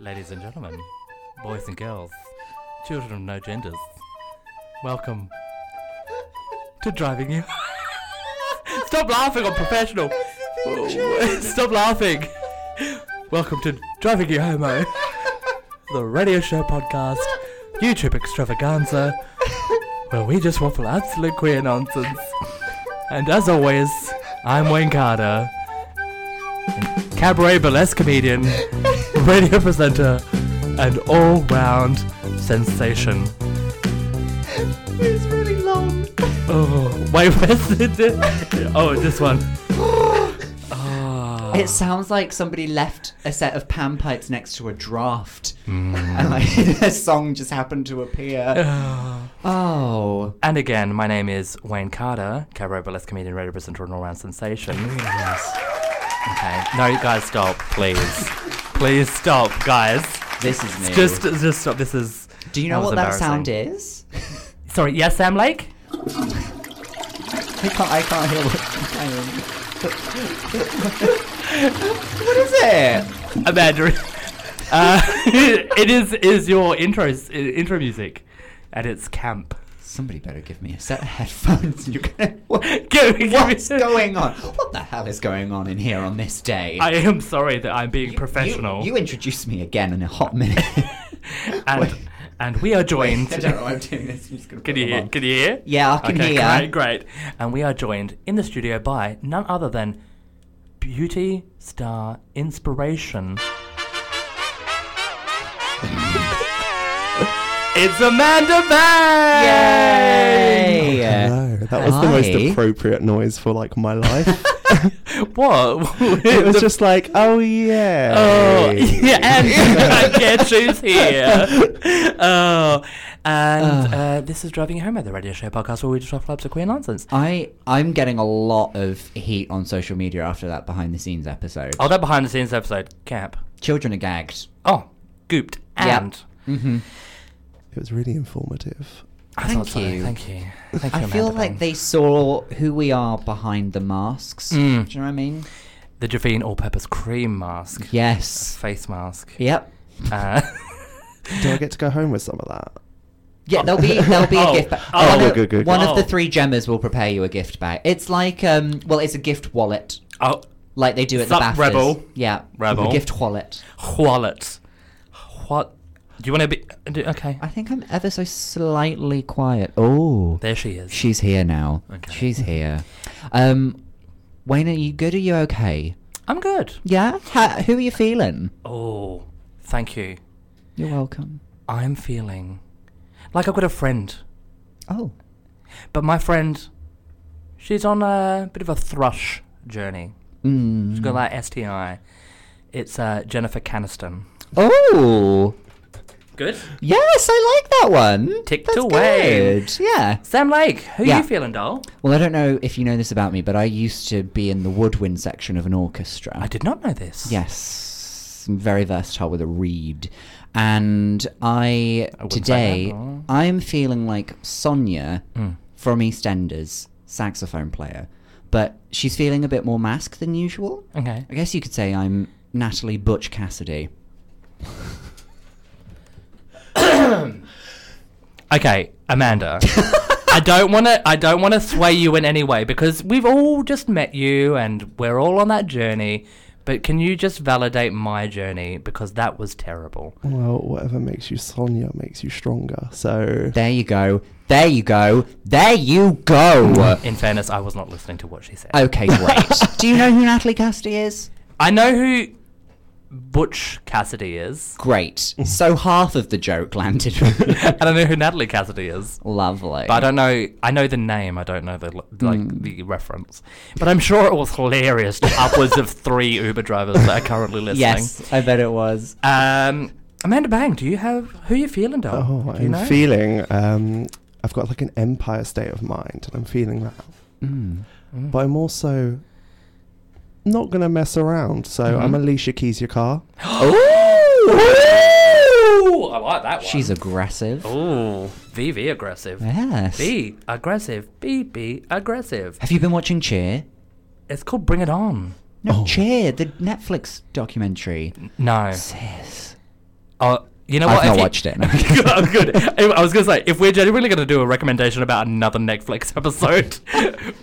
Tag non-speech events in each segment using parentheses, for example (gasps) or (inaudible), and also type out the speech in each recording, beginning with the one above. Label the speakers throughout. Speaker 1: Ladies and gentlemen, boys and girls, children of no genders, welcome to driving you. (laughs) Stop laughing, I'm professional. (laughs) Stop laughing. Welcome to driving you homo, the radio show podcast, YouTube extravaganza, where we just waffle absolute queer nonsense. And as always, I'm Wayne Carter, cabaret burlesque comedian, (laughs) radio presenter, and all-round sensation.
Speaker 2: It's really long.
Speaker 1: Oh, wait, where's
Speaker 2: (laughs)
Speaker 1: the... Oh, this one. (sighs) Oh.
Speaker 2: It sounds like somebody left a set of pan pipes next to a draft,
Speaker 1: Mm.
Speaker 2: and like (laughs) a song just happened to appear.
Speaker 1: Oh.
Speaker 2: Oh,
Speaker 1: And again, my name is Wayne Carter, cabaret burlesque comedian, radio presenter, and all-round sensation.
Speaker 2: (laughs)
Speaker 1: Okay, no, you guys, stop, please, please stop, guys.
Speaker 2: this is new.
Speaker 1: Just, just stop. This is.
Speaker 2: Do you know
Speaker 1: was
Speaker 2: what that
Speaker 1: embarrassing.
Speaker 2: sound is? (laughs)
Speaker 1: Sorry, yes, Sam Lake.
Speaker 2: I can't. I can't hear what. Hang on. (laughs) what is it?
Speaker 1: Amanda. (laughs) Uh, it is is your intro intro music, and it's camp. (laughs)
Speaker 2: Somebody better give me a set of headphones. (laughs) You're gonna. (laughs)
Speaker 1: Give me- give me-
Speaker 2: What's going on? What the hell is going on in here on this day?
Speaker 1: I am (laughs) sorry that I'm being
Speaker 2: You-
Speaker 1: professional,
Speaker 2: You, you introduce me again in a hot minute.
Speaker 1: (laughs) and
Speaker 2: Wait.
Speaker 1: and we are joined.
Speaker 2: I don't know why I'm doing this. I'm just gonna
Speaker 1: Can
Speaker 2: put
Speaker 1: you
Speaker 2: them
Speaker 1: hear?
Speaker 2: on.
Speaker 1: Can you hear?
Speaker 2: Yeah, I can
Speaker 1: okay,
Speaker 2: hear.
Speaker 1: Great, great. And we are joined in the studio by none other than beauty star
Speaker 2: (laughs)
Speaker 1: inspiration. it's Amanda Bang!
Speaker 2: Yay!
Speaker 3: Hello. That was the
Speaker 2: Hi.
Speaker 3: most appropriate noise for like my life.
Speaker 1: (laughs) (laughs) What? (laughs)
Speaker 3: it was just like, oh yeah.
Speaker 1: Oh, (laughs)
Speaker 3: (laughs)
Speaker 1: yeah,
Speaker 2: (laughs)
Speaker 1: and get she's here. Oh, and
Speaker 2: Ah.
Speaker 1: uh, this is Driving Home at the radio show podcast where we just waffle up to queer nonsense.
Speaker 2: I I'm getting a lot of heat on social media after that behind the scenes episode.
Speaker 1: Oh, that behind the scenes episode, camp.
Speaker 2: Children are gagged.
Speaker 1: Oh, gooped.
Speaker 2: Yep.
Speaker 1: And.
Speaker 2: Mm-hmm.
Speaker 3: It was really informative.
Speaker 1: I
Speaker 2: Thank
Speaker 1: thought so.
Speaker 2: you.
Speaker 1: Thank you. Thank you.
Speaker 2: I feel
Speaker 1: Amanda
Speaker 2: like
Speaker 1: Bang.
Speaker 2: they saw who we are behind the masks.
Speaker 1: Mm.
Speaker 2: Do you know what I mean?
Speaker 1: the Javine all-purpose cream mask,
Speaker 2: Yes.
Speaker 1: face mask.
Speaker 2: Yep.
Speaker 1: Uh, (laughs)
Speaker 3: Do I get to go home with some of that?
Speaker 2: Yeah, there'll
Speaker 1: (laughs)
Speaker 2: be there'll be a
Speaker 1: Oh.
Speaker 2: gift bag.
Speaker 1: Oh,
Speaker 2: One of-
Speaker 3: good, good, good.
Speaker 2: One of the
Speaker 1: Oh.
Speaker 2: three gemmers will prepare you a gift bag. It's like um, well, it's a gift wallet,
Speaker 1: oh,
Speaker 2: like they do at
Speaker 1: Sup,
Speaker 2: the BAFTAs.
Speaker 1: rebel?
Speaker 2: Yeah,
Speaker 1: Rebel.
Speaker 2: A gift wallet.
Speaker 1: wallet. What? Do you want to be? do- Okay.
Speaker 2: I think I'm ever so slightly quiet. Oh,
Speaker 1: There she is.
Speaker 2: she's here now.
Speaker 1: Okay.
Speaker 2: She's here. Um, Wayne, are you good? Are you okay?
Speaker 1: I'm good.
Speaker 2: Yeah. How, who are you feeling?
Speaker 1: Oh, thank you.
Speaker 2: You're welcome.
Speaker 1: I'm feeling like I've got a friend,
Speaker 2: Oh,
Speaker 1: but my friend, she's on a bit of a thrush journey.
Speaker 2: mm.
Speaker 1: She's got that STI. It's uh, Jennifer Caniston.
Speaker 2: Oh,
Speaker 1: Good.
Speaker 2: yes, I like that one.
Speaker 1: Tick
Speaker 2: That's
Speaker 1: to Wayne.
Speaker 2: good. Yeah.
Speaker 1: Sam Lake, who
Speaker 2: Yeah.
Speaker 1: you feeling, doll?
Speaker 2: Well, I don't know if you know this about me, but I used to be in the woodwind section of an orchestra.
Speaker 1: I did not know this.
Speaker 2: Yes, I'm very versatile with a reed. And I,
Speaker 1: I wouldn't say
Speaker 2: today,
Speaker 1: that, no.
Speaker 2: I'm feeling like Sonia
Speaker 1: Mm.
Speaker 2: from EastEnders, saxophone player, but she's feeling a bit more mask than usual.
Speaker 1: Okay.
Speaker 2: I guess you could say I'm Natalie Butch Cassidy.
Speaker 1: Okay, (laughs) Amanda. I don't want to. I don't want to sway you in any way because we've all just met you and we're all on that journey. But can you just validate my journey because that was terrible?
Speaker 3: Well, whatever makes you Sonia makes you stronger. So
Speaker 2: There you go. There you go. There you go.
Speaker 1: In fairness, I was not listening to what she said. (laughs)
Speaker 2: okay, great. Do you know who Natalie Cassidy is?
Speaker 1: I know who Butch Cassidy is,
Speaker 2: Great.
Speaker 1: Mm-hmm.
Speaker 2: So half of the joke landed. with me.
Speaker 1: (laughs) and I know who Natalie Cassidy is.
Speaker 2: Lovely.
Speaker 1: But I don't know. I know the name. I don't know the l- like
Speaker 2: Hmm.
Speaker 1: the reference. But I'm sure it was hilarious to upwards of three
Speaker 2: (laughs)
Speaker 1: Uber drivers that are currently listening.
Speaker 2: yes, I bet it was.
Speaker 1: Um, Amanda Bang, do you have who you feeling, doll?
Speaker 3: Oh,
Speaker 1: do you
Speaker 3: I'm
Speaker 1: know? (gasps)
Speaker 3: feeling um I've got like an empire state of mind and I'm feeling that.
Speaker 2: Mm.
Speaker 1: Mm.
Speaker 3: But I'm also not gonna mess around. So I'm
Speaker 1: Mhm.
Speaker 3: Alicia Keys your car.
Speaker 2: Oh.
Speaker 1: Ooh, I like that one.
Speaker 2: She's aggressive.
Speaker 1: Oh. Ooh, VV aggressive.
Speaker 2: Yes.
Speaker 1: B aggressive. B B aggressive.
Speaker 2: Have you been watching Cheer?
Speaker 1: It's called Bring It On.
Speaker 2: No,
Speaker 3: Oh.
Speaker 2: Cheer, the Netflix documentary.
Speaker 1: No,
Speaker 2: Sis.
Speaker 1: Uh, you know
Speaker 2: I've
Speaker 1: what? if
Speaker 2: not
Speaker 1: you-
Speaker 2: watched it, no.
Speaker 1: Oh, (laughs) good. I I was gonna say if we're genuinely gonna do a recommendation about another Netflix (laughs) episode,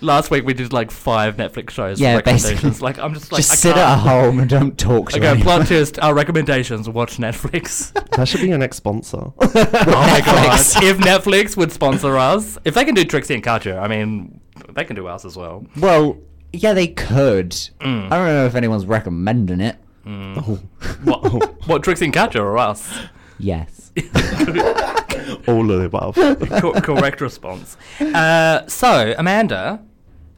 Speaker 1: last week we did like five Netflix shows.
Speaker 2: Yeah,
Speaker 1: recommendations.
Speaker 2: basically.
Speaker 1: (laughs) Like I'm just like I
Speaker 2: just sit at
Speaker 1: can't-
Speaker 2: home and don't talk
Speaker 1: (laughs)
Speaker 2: to
Speaker 1: Okay,
Speaker 2: anyone.
Speaker 1: plot
Speaker 2: (laughs)
Speaker 1: twist. Our recommendations: watch (laughs) Netflix.
Speaker 3: That should be your next
Speaker 1: (laughs)
Speaker 3: sponsor.
Speaker 1: Oh my god!
Speaker 2: (laughs) Netflix.
Speaker 1: If Netflix would sponsor us, if they can do Trixie and Katja, I mean, they can do us as well.
Speaker 2: Well, yeah, they could.
Speaker 1: Mm.
Speaker 2: I don't know if anyone's recommending it.
Speaker 1: Mm.
Speaker 3: Oh.
Speaker 1: What? what Trixie and Katja or us? (laughs)
Speaker 2: Yes.
Speaker 3: All of the above.
Speaker 2: Oh.
Speaker 1: Co-
Speaker 2: (laughs)
Speaker 1: correct response. Uh, so, Amanda,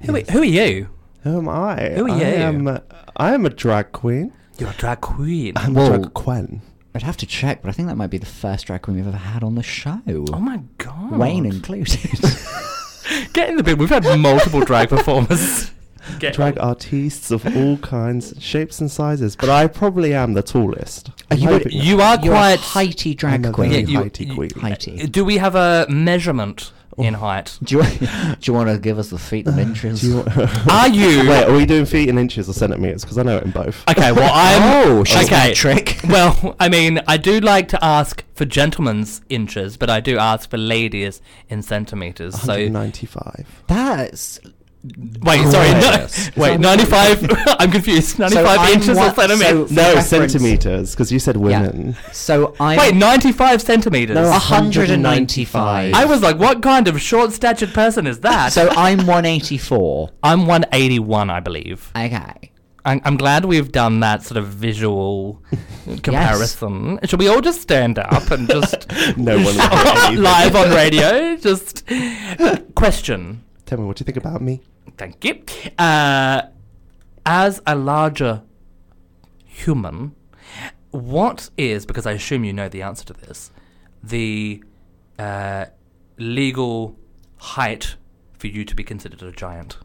Speaker 1: who, who are you?
Speaker 3: Who am I?
Speaker 1: Who are
Speaker 3: I
Speaker 1: you?
Speaker 3: Am, I am a drag queen.
Speaker 1: You're a drag queen.
Speaker 3: I'm
Speaker 2: Whoa.
Speaker 3: a drag queen.
Speaker 2: (laughs) I'd have to check, but I think that might be the first drag queen we've ever had on the show.
Speaker 1: Oh my god.
Speaker 2: Wayne (laughs) included.
Speaker 1: Get in the bin. We've had multiple drag
Speaker 2: (laughs)
Speaker 1: performers. Get
Speaker 3: Drag artists of all kinds, shapes and sizes, but I probably am the tallest. I'm
Speaker 2: you,
Speaker 3: hoping-
Speaker 1: you are
Speaker 2: You're
Speaker 1: quite-
Speaker 2: a heighty
Speaker 3: I'm
Speaker 2: drag
Speaker 3: a
Speaker 2: queen. Oh.
Speaker 3: very
Speaker 1: Yeah, you- uh,
Speaker 3: heighty queen.
Speaker 2: heighty.
Speaker 1: Do we have a measurement in
Speaker 2: (laughs)
Speaker 1: height?
Speaker 2: Do you, do you want to give us the feet
Speaker 1: Uh,
Speaker 2: and inches? (laughs)
Speaker 3: Do
Speaker 1: (laughs)
Speaker 3: you want-
Speaker 1: Are you-
Speaker 3: Wait, are we doing feet in inches or centimeters? Because I know it in both.
Speaker 1: Okay, well, I'm.
Speaker 2: Oh, she's
Speaker 1: okay.
Speaker 2: metric.
Speaker 1: Well, I mean, I do like to ask for gentlemen's inches, but I do ask for ladies in centimeters. So
Speaker 3: 195.
Speaker 2: That's
Speaker 1: Wait, sorry, no, (laughs)
Speaker 2: Gross.
Speaker 1: wait,
Speaker 3: It's
Speaker 1: ninety-five. (laughs) I'm confused. Ninety-five
Speaker 2: I'm
Speaker 1: inches
Speaker 2: one-
Speaker 1: or centimeters?
Speaker 2: so-
Speaker 3: No,
Speaker 2: reference-
Speaker 3: centimeters, because you said women.
Speaker 2: yeah. So I'm
Speaker 1: wait, ninety-five centimeters.
Speaker 3: No,
Speaker 2: A hundred and (laughs) ninety-five.
Speaker 1: I was like, what kind of short-statured person is that?
Speaker 2: so I'm 184.
Speaker 1: I'm one eighty-one, I believe.
Speaker 2: Okay.
Speaker 1: I'm, I'm glad we've done that sort of
Speaker 3: (laughs)
Speaker 1: visual comparison. Should we all just stand up and just
Speaker 3: (laughs) No one will hear
Speaker 1: (laughs)
Speaker 3: anything.
Speaker 1: live on radio? Just question.
Speaker 3: Tell me, what do you think about me?
Speaker 1: Thank you. Uh, as a larger human, what is because I assume you know the answer to this, the uh, legal height for you to be considered a giant,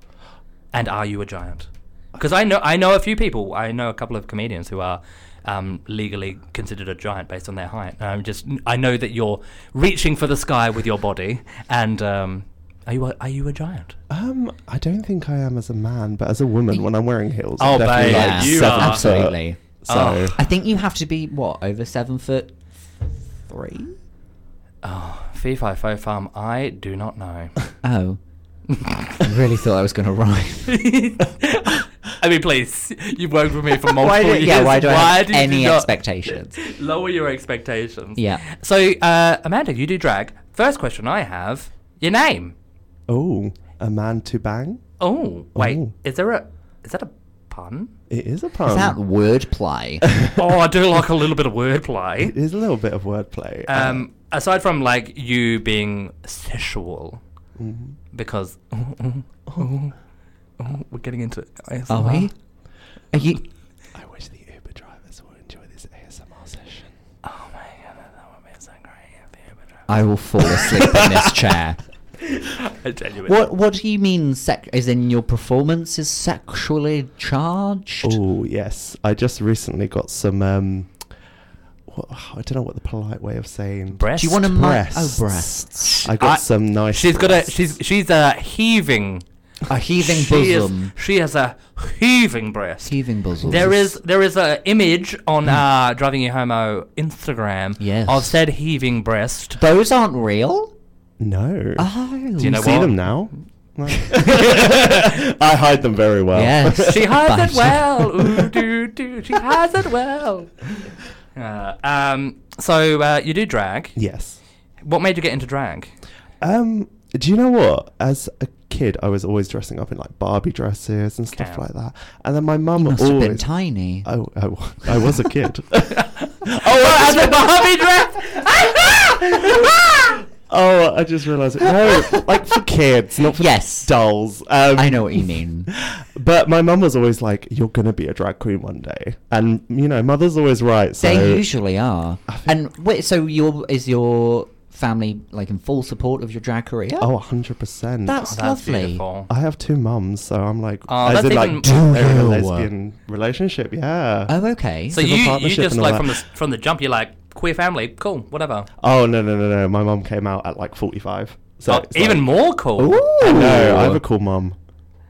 Speaker 1: and are you a giant? Because I know I know a few people. I know a couple of comedians who are. Um, legally considered a giant based on their height. And I'm just I know that you're reaching for the sky with your body. And um, are you a, are you a giant?
Speaker 3: Um, I don't think I am as a man, but as a woman, when I'm wearing heels,
Speaker 1: Oh,
Speaker 3: I'm definitely
Speaker 1: babe,
Speaker 3: like
Speaker 1: you
Speaker 3: seven
Speaker 1: are-
Speaker 3: foot.
Speaker 2: Absolutely.
Speaker 3: So
Speaker 1: Oh.
Speaker 2: I think you have to be what over seven foot three.
Speaker 1: Oh, fee fi fo farm. I do not know.
Speaker 2: Oh, I really thought I was
Speaker 1: (laughs)
Speaker 2: going to rhyme. (laughs)
Speaker 1: I mean, please. You've worked with me for multiple
Speaker 2: Why do-
Speaker 1: years.
Speaker 2: yeah, why do I have
Speaker 1: did you
Speaker 2: any
Speaker 1: not-
Speaker 2: expectations?
Speaker 1: (laughs) Lower your expectations.
Speaker 2: Yeah.
Speaker 1: So, uh, Amanda, you do drag. First question I have: your name.
Speaker 3: (laughs) Oh, a man to bang?
Speaker 1: Oh, wait.
Speaker 3: Ooh.
Speaker 1: Is there a? Is that a pun?
Speaker 3: It is a pun.
Speaker 2: Is that wordplay?
Speaker 1: Um, (laughs) oh, I do like a little bit of wordplay.
Speaker 3: It is a little bit of wordplay. uh,
Speaker 1: Um,
Speaker 2: Uh-huh.
Speaker 1: aside from like you being sexual,
Speaker 2: Mm-hmm.
Speaker 3: mhm.
Speaker 1: because (laughs) oh, oh, oh, oh, we're getting into ASMR.
Speaker 2: Are we? Are you?
Speaker 3: I wish the Uber drivers would enjoy this ASMR session.
Speaker 1: Oh my god, that would be so great.
Speaker 2: I will fall asleep in this
Speaker 1: (laughs)
Speaker 2: chair.
Speaker 1: I tell you, it-
Speaker 2: What What do you mean? Sex? As in your performance is sexually charged?
Speaker 3: Oh yes, I just recently got some. Um, what, I don't know what the polite way of saying.
Speaker 1: breast.
Speaker 2: do you want to? Mi- oh,
Speaker 3: breasts.
Speaker 2: breasts.
Speaker 3: I got
Speaker 1: I-
Speaker 3: some nice.
Speaker 1: She's got a.
Speaker 3: breasts.
Speaker 1: She's she's a heaving.
Speaker 2: A heaving
Speaker 1: she is-
Speaker 2: bosom.
Speaker 1: she has a heaving breast.
Speaker 2: Heaving bosom. Hmm.
Speaker 1: There is there is a image on uh, driving you homo Instagram
Speaker 2: Yes.
Speaker 1: of said heaving breast.
Speaker 2: Those aren't real.
Speaker 3: No.
Speaker 2: Oh.
Speaker 1: Do you know
Speaker 3: See
Speaker 1: what?
Speaker 3: them
Speaker 1: (laughs)
Speaker 3: now. No. I hide them very well.
Speaker 2: Yes.
Speaker 1: (laughs) She has
Speaker 2: Bastard.
Speaker 1: it well. Ooh, doo, doo. She has it well. Uh, um. So uh, you do drag.
Speaker 3: yes.
Speaker 1: What made you get into drag? Oh,
Speaker 3: Um, do you know what? As a kid, I was always dressing up in like Barbie dresses and stuff
Speaker 1: Cam.
Speaker 3: like that. And then my mum
Speaker 2: Must have been
Speaker 3: always.
Speaker 2: tiny.
Speaker 3: I, I, wa- I was a kid.
Speaker 1: (laughs) Oh, as a Barbie
Speaker 2: (laughs)
Speaker 1: dress.
Speaker 3: oh, I just realised. it. No, like for kids, not for
Speaker 2: Yes.
Speaker 3: dolls. Um,
Speaker 2: I know what
Speaker 1: (laughs)
Speaker 2: you mean.
Speaker 3: (laughs) But my mum was always like, "You're gonna be a drag queen one day," and you know, mother's always right. So
Speaker 2: they usually are.
Speaker 3: I think-
Speaker 2: And wait, so your is your family like in full support of your drag career?
Speaker 3: oh, hundred percent.
Speaker 2: That's-
Speaker 1: That's
Speaker 2: Lovely.
Speaker 1: beautiful.
Speaker 3: I have two mums, so I'm like,
Speaker 1: Oh,
Speaker 3: as
Speaker 1: that's
Speaker 3: in
Speaker 1: even-
Speaker 3: like,
Speaker 1: Do
Speaker 3: they're in a
Speaker 2: you?
Speaker 3: lesbian relationship. Yeah.
Speaker 2: Oh, okay.
Speaker 1: So
Speaker 3: civil
Speaker 1: you, you
Speaker 3: partnership
Speaker 1: just
Speaker 3: and all
Speaker 1: like
Speaker 3: that.
Speaker 1: from the from the jump, you're like queer family, cool, whatever.
Speaker 3: oh no no no no! My mum came out at like forty-five. So
Speaker 1: Oh,
Speaker 3: it's
Speaker 1: even
Speaker 3: like,
Speaker 1: more cool.
Speaker 3: Ooh. I know. I have a cool mum.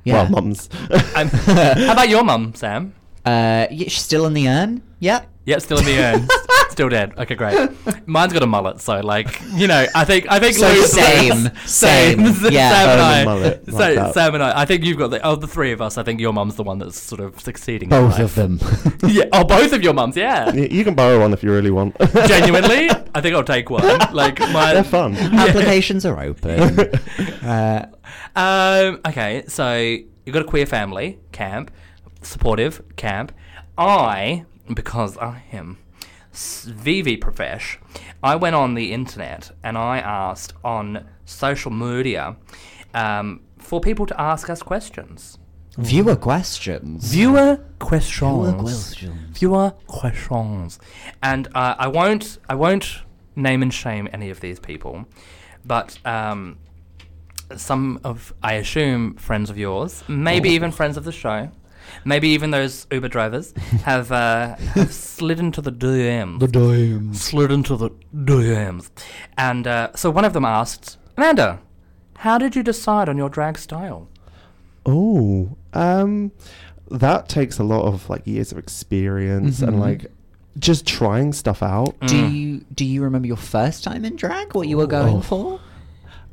Speaker 2: yeah.
Speaker 3: Well, mums. (laughs)
Speaker 1: I'm- Um, how about your mum, Sam?
Speaker 2: Uh, yeah, she's still in the urn. Yep.
Speaker 1: Yep, still in the urn.
Speaker 3: (laughs)
Speaker 1: still dead. Okay, great. Mine's got a mullet, so like you know, I think I think
Speaker 2: So
Speaker 1: Lou's-
Speaker 2: same, (laughs) same. Yeah.
Speaker 1: Sam and
Speaker 3: Own a
Speaker 1: I.
Speaker 3: mullet,
Speaker 1: so
Speaker 3: like that.
Speaker 1: Sam and I. I think you've got the oh the three of us. I think your mum's the one that's sort of succeeding. in
Speaker 2: Both
Speaker 1: life.
Speaker 2: of them.
Speaker 1: (laughs)
Speaker 2: (laughs)
Speaker 1: Yeah. Oh, both of your mums.
Speaker 3: (laughs)
Speaker 1: Yeah.
Speaker 3: Y- You can borrow one if you really want. (laughs)
Speaker 1: Genuinely, I think I'll take one. Like my
Speaker 3: They're fun.
Speaker 2: Applications are (laughs) open. Uh,
Speaker 1: Um, okay, so you've got a queer family, camp, supportive, camp. I, because I am s- VV Profesh, I went on the internet and I asked on social media um, for people to ask us questions.
Speaker 2: viewer questions.
Speaker 1: Viewer questions.
Speaker 2: Viewer questions.
Speaker 1: Viewer questions. And uh, I won't. I won't name and shame any of these people, but um, some of I assume friends of yours, maybe
Speaker 2: Oh.
Speaker 1: even friends of the show. Maybe even those Uber
Speaker 2: (laughs)
Speaker 1: drivers have, uh, have slid into the DMs. The DMs. Slid into the DMs. And uh, so one of them asked, Amanda, how did you decide on your drag style?
Speaker 3: Oh, um, that takes a lot of like years of experience and like just trying stuff out.
Speaker 2: Do you do you remember your first time in drag? What you were going for? (laughs)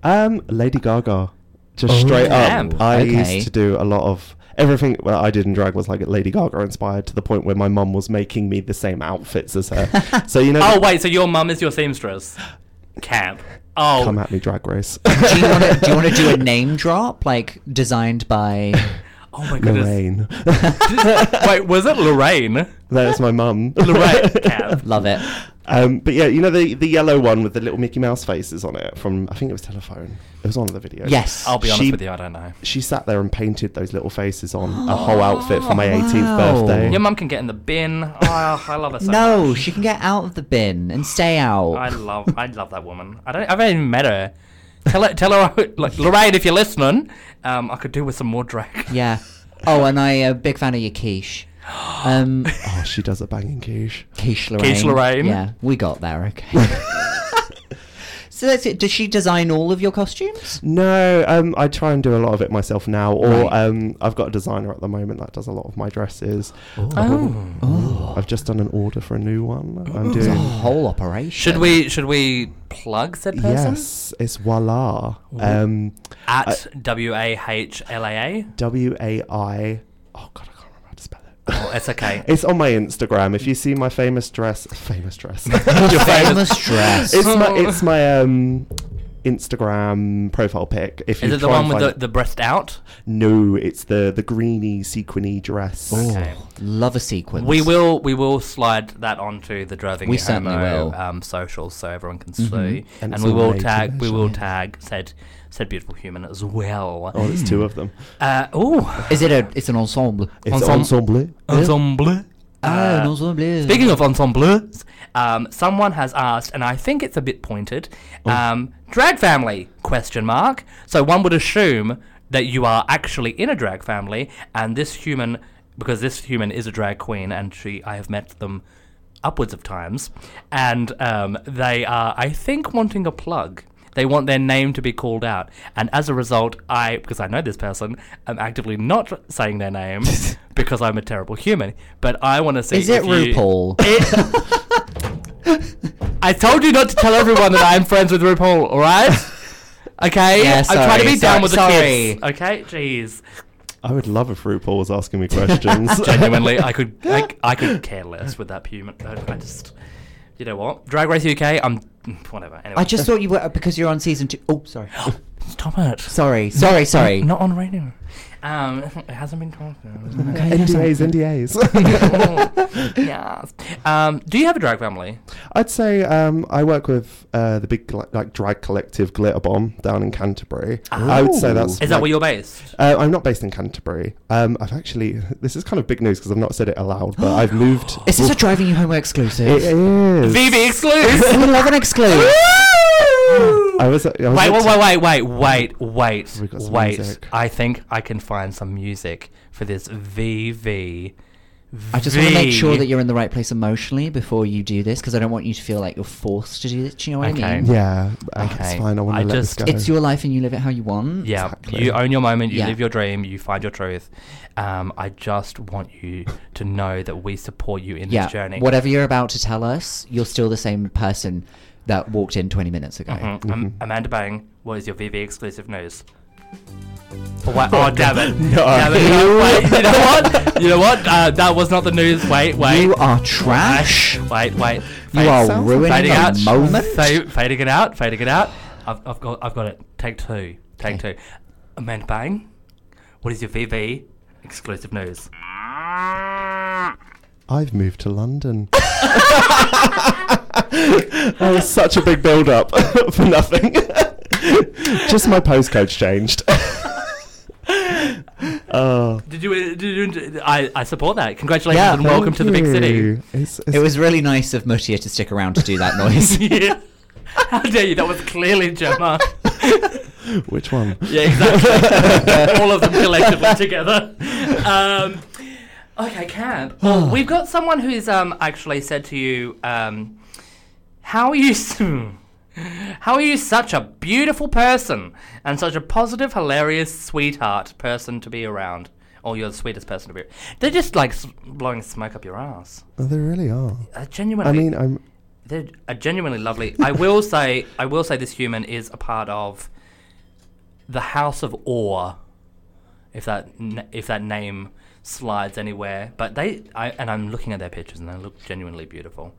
Speaker 3: Um, Lady Gaga, just straight
Speaker 1: Damn.
Speaker 3: up. I
Speaker 2: Okay.
Speaker 3: used to do a lot of everything that I did in drag was like Lady Gaga inspired to the point where my mum was making me the same outfits as her. so you know,
Speaker 1: Oh wait, so your mum is your seamstress? Camp. Oh,
Speaker 3: come at me, Drag Race.
Speaker 2: Do you want to do, you wanna do a
Speaker 3: (laughs)
Speaker 2: name drop like designed (laughs) by?
Speaker 1: oh my goodness.
Speaker 3: Lorraine,
Speaker 1: (laughs) wait, was it Lorraine?
Speaker 3: there's my mum.
Speaker 1: Lorraine. Camp.
Speaker 2: Love it.
Speaker 3: Um, but yeah, you know the the yellow one with the little Mickey Mouse faces on it from I think it was Telephone. It was on the video.
Speaker 2: Yes.
Speaker 1: I'll be honest
Speaker 3: She-
Speaker 1: with you, I don't know.
Speaker 3: She sat there and painted those little faces on a whole outfit for my 18th
Speaker 2: wow.
Speaker 3: birthday.
Speaker 1: Your mum can get in the bin. Oh, I love her so
Speaker 2: no,
Speaker 1: much.
Speaker 2: she can get out of the bin and stay out.
Speaker 1: I love, I love that woman. I don't, I haven't even met her. Tell her, tell her, I- like Lorraine, if you're listening, um, I could do with some more drag.
Speaker 2: Yeah. Oh, and I a big fan of your (gasps) quiche. Um,
Speaker 3: Oh, she does a banging quiche.
Speaker 2: quiche Lorraine.
Speaker 1: Lorraine.
Speaker 2: Yeah, we got there.
Speaker 1: (laughs)
Speaker 2: Okay. so that's it. Does she design all of your costumes?
Speaker 3: No, um, I try and do a lot of it myself now, or
Speaker 2: Right.
Speaker 3: um, I've got a designer at the moment that does a lot of my dresses.
Speaker 1: Oh.
Speaker 3: I've just done an order for a new one. I'm
Speaker 2: The
Speaker 3: doing.
Speaker 2: whole operation.
Speaker 1: Should we, should we plug said person?
Speaker 3: Yes, it's voila. Um,
Speaker 1: At W A H L A A.
Speaker 3: W A I. Oh God, I can't remember how to spell it. (laughs)
Speaker 1: Oh, it's okay.
Speaker 3: It's on my Instagram. If you see my famous dress,
Speaker 1: (laughs)
Speaker 3: famous dress. Your
Speaker 2: famous dress.
Speaker 3: It's my it's my um Instagram profile pic. If you
Speaker 1: Is it the
Speaker 3: try
Speaker 1: one
Speaker 3: and
Speaker 1: with the,
Speaker 3: find
Speaker 1: the breast out?
Speaker 3: it- no, it's the the greeny sequiny dress.
Speaker 1: Okay.
Speaker 2: Love a sequence.
Speaker 1: We will we will slide that onto the driving
Speaker 2: We
Speaker 1: It
Speaker 2: certainly
Speaker 1: Homo,
Speaker 2: will.
Speaker 1: um socials so everyone can see. And,
Speaker 3: Mm-hmm. And it's
Speaker 1: we
Speaker 3: all
Speaker 1: will
Speaker 3: made to
Speaker 1: tag we
Speaker 3: measure,
Speaker 1: will
Speaker 3: yeah.
Speaker 1: tag said said beautiful human as well.
Speaker 3: Oh, there's two of them.
Speaker 1: Uh oh
Speaker 2: Is it a? It's an ensemble.
Speaker 3: It's
Speaker 1: Ensemble.
Speaker 3: ensemble.
Speaker 1: ensemble.
Speaker 2: Ah, an ensemble.
Speaker 1: Speaking of ensembles, um, someone has asked, and I think it's a bit pointed, um, drag family question mark. So one would assume that you are actually in a drag family, and this human, because this human is a drag queen, and she, I have met them upwards of times, and um, they are, I think, wanting a plug. They want their name to be called out, and as a result, I, because I know this person, am actively not saying their (laughs) name because I'm a terrible human. But I want to see.
Speaker 2: is it
Speaker 1: if you- (laughs)
Speaker 2: RuPaul?
Speaker 1: I told you not to tell everyone that I'm friends with RuPaul, alright? Okay?
Speaker 2: Yeah,
Speaker 1: I'm trying to
Speaker 2: sorry,
Speaker 1: be down
Speaker 2: sorry,
Speaker 1: with the
Speaker 2: sorry.
Speaker 1: kids. Okay? Jeez.
Speaker 3: I would love if RuPaul was asking me questions.
Speaker 1: (laughs)
Speaker 3: (laughs)
Speaker 1: Genuinely, I (laughs) could I, I could care less with that human. I, I just, you know what? Drag Race UK, I'm, whatever. Anyway.
Speaker 2: I just thought you were because you're on season two. Oh,
Speaker 1: (gasps)
Speaker 2: sorry.
Speaker 1: (laughs) Stop it.
Speaker 2: Sorry. Sorry. Sorry.
Speaker 1: Not on radio. Um, (laughs) it hasn't been talked about.
Speaker 2: Okay, yes, sorry.
Speaker 3: NDAs,
Speaker 1: (laughs)
Speaker 3: NDAs.
Speaker 1: yes. Um, do you have a drag family?
Speaker 3: I'd say um, I work with uh, the big like, like drag collective Glitter Bomb down in Canterbury. I would say that's
Speaker 1: Is that
Speaker 3: like-
Speaker 1: where you're based?
Speaker 3: Uh, I'm not based in Canterbury. Um, I've actually (laughs) this is kind of big news because I've not said it aloud,
Speaker 1: (gasps)
Speaker 3: but I've moved.
Speaker 2: Is this a driving you home exclusive?
Speaker 3: It is.
Speaker 1: VV exclusive!
Speaker 2: we love an exclusive.
Speaker 3: I was. I was
Speaker 1: Wait,
Speaker 3: at-
Speaker 1: wait, wait, wait, wait, wait, wait,
Speaker 3: We've got some
Speaker 1: wait.
Speaker 3: music.
Speaker 1: I think I can find some music for this VV
Speaker 2: I just want to make sure
Speaker 1: the-
Speaker 2: that you're in the right place emotionally before you do this because I don't want you to feel like you're forced to do this. Do you know what I
Speaker 1: Okay.
Speaker 2: mean?
Speaker 3: Yeah, uh, it's
Speaker 1: Okay.
Speaker 3: fine. I want
Speaker 1: I
Speaker 3: to let
Speaker 1: just-
Speaker 3: this go.
Speaker 2: It's your life and you live it how you want.
Speaker 1: Yeah,
Speaker 3: Exactly.
Speaker 1: you own your moment, you
Speaker 2: Yeah.
Speaker 1: live your dream, you find your truth. Um, I just want you to know that we support you in
Speaker 2: Yeah.
Speaker 1: this journey.
Speaker 2: Whatever you're about to tell us, you're still the same person that walked in 20 minutes ago.
Speaker 1: Mhm. Um,
Speaker 3: Mhm.
Speaker 1: Amanda Bang, what is your VV exclusive
Speaker 2: (laughs)
Speaker 1: news? Oh, wait, oh, damn it.
Speaker 3: No.
Speaker 1: Damn it.
Speaker 2: (laughs)
Speaker 1: No, wait, you know what? You know what? Uh, that was not the news. Wait, wait.
Speaker 2: You are trash.
Speaker 1: Wait, wait.
Speaker 2: You
Speaker 1: Fade-
Speaker 2: are
Speaker 3: sounds
Speaker 2: ruining
Speaker 3: like
Speaker 1: fading out.
Speaker 2: the moment. (laughs)
Speaker 1: Fade, fading it out. Fading it out. I've, I've got. I've got it. Take two. Take
Speaker 2: Okay.
Speaker 1: two. Amanda Bang, what is your VV exclusive news?
Speaker 3: I've moved to London. (laughs) that was such
Speaker 2: (laughs)
Speaker 3: a big build up (laughs) for nothing. Just my postcode's
Speaker 2: (laughs)
Speaker 3: changed. (laughs) oh.
Speaker 1: Did you? Did you? I, I support that. Congratulations
Speaker 2: Yeah,
Speaker 1: and welcome
Speaker 3: Ah, Thank
Speaker 1: to the big city.
Speaker 3: you. It's, it's
Speaker 2: It was really nice of Mutia to stick around to do that
Speaker 1: (laughs)
Speaker 2: noise.
Speaker 1: yeah. (laughs) How dare you? That was clearly
Speaker 2: (laughs)
Speaker 1: Gemma.
Speaker 3: (laughs) Which one?
Speaker 1: yeah,
Speaker 3: (laughs)
Speaker 1: exactly. All of them collectively together. Um, okay,
Speaker 3: (sighs)
Speaker 1: camp.
Speaker 3: Ah.
Speaker 1: Well, we've got someone who's um, actually said to you, um, "How are you?" s- (laughs) How are you such a beautiful person and such a positive, hilarious, sweetheart person to be around? Or you're the sweetest person to be. They're just like s- blowing smoke up your ass.
Speaker 3: Oh, they really are.
Speaker 1: Uh,
Speaker 3: I
Speaker 1: genuinely,
Speaker 3: mean, I'm.
Speaker 1: they're uh, genuinely lovely. I will say, I will say, this human is a part of the House of Awe, if that n- if that name slides anywhere. But they, I, and I'm looking at their pictures, and they look genuinely beautiful.